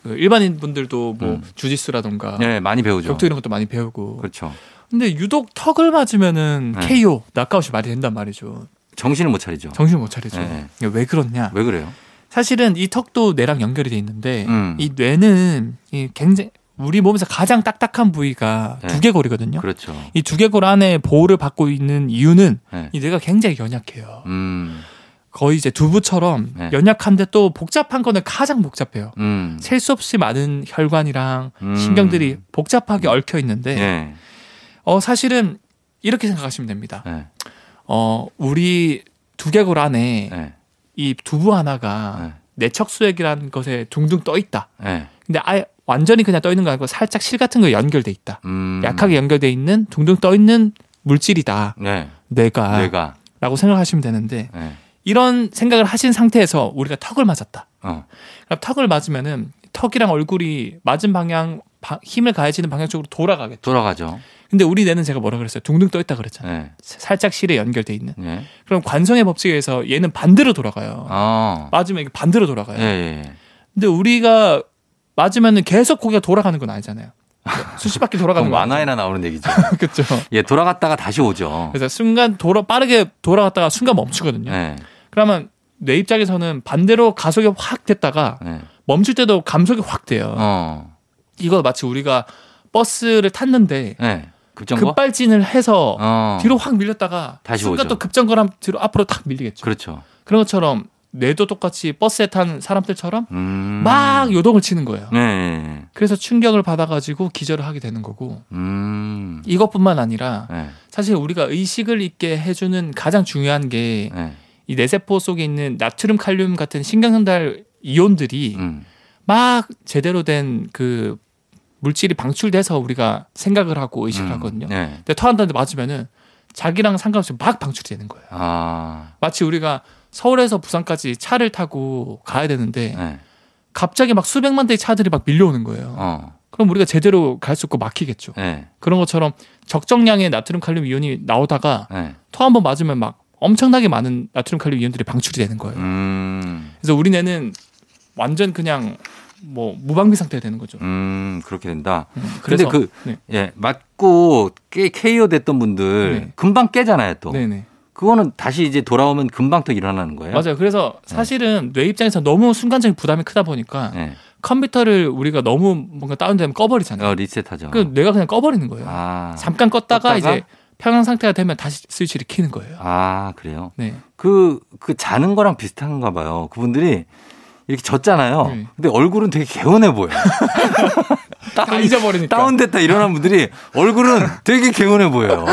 일반인 분들도 뭐
음.
주짓수라던가
네, 많이 배우죠.
격투기 이런 것도 많이 배우고.
그렇죠.
근데 유독 턱을 맞으면은
네.
KO 낙가웃이 많이 된단 말이죠.
정신을 못 차리죠.
정신 못 차리죠.
네.
이게 왜 그렇냐?
왜 그래요?
사실은 이 턱도 뇌랑 연결이 돼 있는데
음.
이 뇌는 이 굉장히 우리 몸에서 가장 딱딱한 부위가
네.
두개골이거든요.
그렇죠.
이 두개골 안에 보호를 받고 있는 이유는
네.
이 뇌가 굉장히 연약해요.
음,
거의 이제 두부처럼
네.
연약한데 또 복잡한 거는 가장 복잡해요.
음.
셀 수 없이 많은 혈관이랑
음.
신경들이 복잡하게 얽혀 있는데
예.
어 사실은 이렇게 생각하시면 됩니다.
예.
어 우리 두개골 안에
예.
이 두부
네.
하나가 내척수액이라는 것에 둥둥 떠 있다.
예.
근데 아예 완전히 그냥 떠 있는 거 아니고 살짝 실 같은 거에 연결돼 있다.
음.
약하게 연결돼 있는 둥둥 떠 있는 물질이다.
네.
뇌가
뇌가.
라고 생각하시면 되는데
네.
이런 생각을 하신 상태에서 우리가 턱을 맞았다.
어.
그럼 턱을 맞으면은 턱이랑 얼굴이 맞은 방향 바- 힘을 가해지는 방향 쪽으로 돌아가겠죠.
돌아가죠.
근데 우리 뇌는 제가 뭐라 그랬어요? 둥둥 떠 있다 그랬잖아요.
네.
사- 살짝 실에 연결돼 있는.
네.
그럼 관성의 법칙에 의해서 얘는 반대로 돌아가요.
어.
맞으면 이게 반대로 돌아가요.
예, 예. 예.
근데 우리가 맞으면은 계속 고개가 돌아가는 건 아니잖아요. 수십 바퀴 돌아가는
그럼
거 아니잖아요.
만화에나 나오는 얘기죠.
그렇죠.
예, 돌아갔다가 다시 오죠.
그래서 순간 돌아 빠르게 돌아갔다가 순간 멈추거든요.
네.
그러면 뇌 입장에서는 반대로 가속이 확 됐다가
네.
멈출 때도 감속이 확 돼요.
어.
이거 마치 우리가 버스를 탔는데
네. 급정거.
급발진을 해서
어.
뒤로 확 밀렸다가
다시
순간
오죠.
또 급정거랑 뒤로 앞으로 탁 밀리겠죠.
그렇죠.
그런 것처럼 뇌도 똑같이 버스에 탄 사람들처럼
음.
막 요동을 치는 거예요.
네.
그래서 충격을 받아가지고 기절을 하게 되는 거고
음.
이것뿐만 아니라
네.
사실 우리가 의식을 있게 해주는 가장 중요한 게
네.
이 뇌세포 속에 있는 나트륨 칼륨 같은 신경전달 이온들이
음.
막 제대로 된 그 물질이 방출돼서 우리가 생각을 하고 의식을
음.
하거든요.
네.
근데 터한다는데 맞으면은 자기랑 상관없이 막 방출되는 거예요.
아.
마치 우리가 서울에서 부산까지 차를 타고 가야 되는데
네.
갑자기 막 수백만 대의 차들이 막 밀려오는 거예요.
어.
그럼 우리가 제대로 갈 수 없고 막히겠죠.
네.
그런 것처럼 적정량의 나트륨 칼륨 이온이 나오다가
네.
토 한 번 맞으면 막 엄청나게 많은 나트륨 칼륨 이온들이 방출이 되는 거예요.
음.
그래서 우리네는 완전 그냥 뭐 무방비 상태가 되는 거죠.
음. 그렇게 된다.
음,
근데
그래서-
그
네.
예, 맞고 깨 KO 됐던 분들
네.
금방 깨잖아요, 또.
네네
그거는 다시 이제 돌아오면 금방 또 일어나는 거예요. 네.
맞아요. 그래서 사실은 뇌 입장에서 너무 순간적인 부담이 크다 보니까
예.
컴퓨터를 우리가 너무 뭔가 다운되면 꺼버리잖아요.
어, 리셋하죠.
그 뇌가 그냥 꺼버리는 거예요.
아.
잠깐 껐다가,
껐다가?
이제 평양 상태가 되면 다시 스위치를 켜는 거예요.
아, 그래요.
네.
그, 그 자는 거랑 비슷한가 봐요. 그분들이 이렇게 졌잖아요.
네.
근데 얼굴은 되게 개운해 보여.
다 잊어버리니까.
다운됐다 일어난 분들이 얼굴은 되게 개운해 보여요.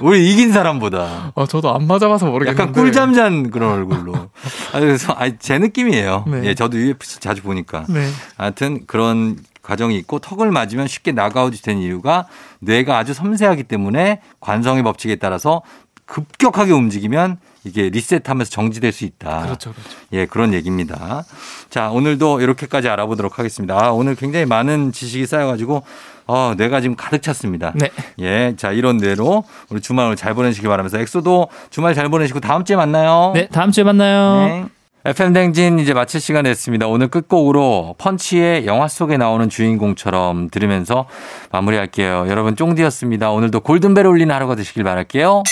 우리 이긴 사람보다.
어, 저도 안 맞아봐서 모르겠는데.
약간 꿀잠 잔 그런 얼굴로. 아, 그래서 아니, 제 느낌이에요.
네.
예, 저도 UFC 자주 보니까.
네.
하여튼 그런 과정이 있고 턱을 맞으면 쉽게 나가우지 되는 이유가 뇌가 아주 섬세하기 때문에 관성의 법칙에 따라서 급격하게 움직이면 이게 리셋하면서 정지될 수 있다.
그렇죠, 그렇죠.
예, 그런 얘기입니다. 자, 오늘도 이렇게까지 알아보도록 하겠습니다. 아, 오늘 굉장히 많은 지식이 쌓여가지고 어, 뇌가 지금 가득 찼습니다.
네.
예, 자 이런 뇌로 우리 주말 오늘 잘 보내시길 바라면서 엑소도 주말 잘 보내시고 다음 주에 만나요.
네, 다음 주에 만나요.
네. FM 댕진 이제 마칠 시간 됐습니다. 오늘 끝곡으로 펀치의 영화 속에 나오는 주인공처럼 들으면서 마무리할게요. 여러분 쫑디였습니다. 오늘도 골든벨 울리는 하루가 되시길 바랄게요.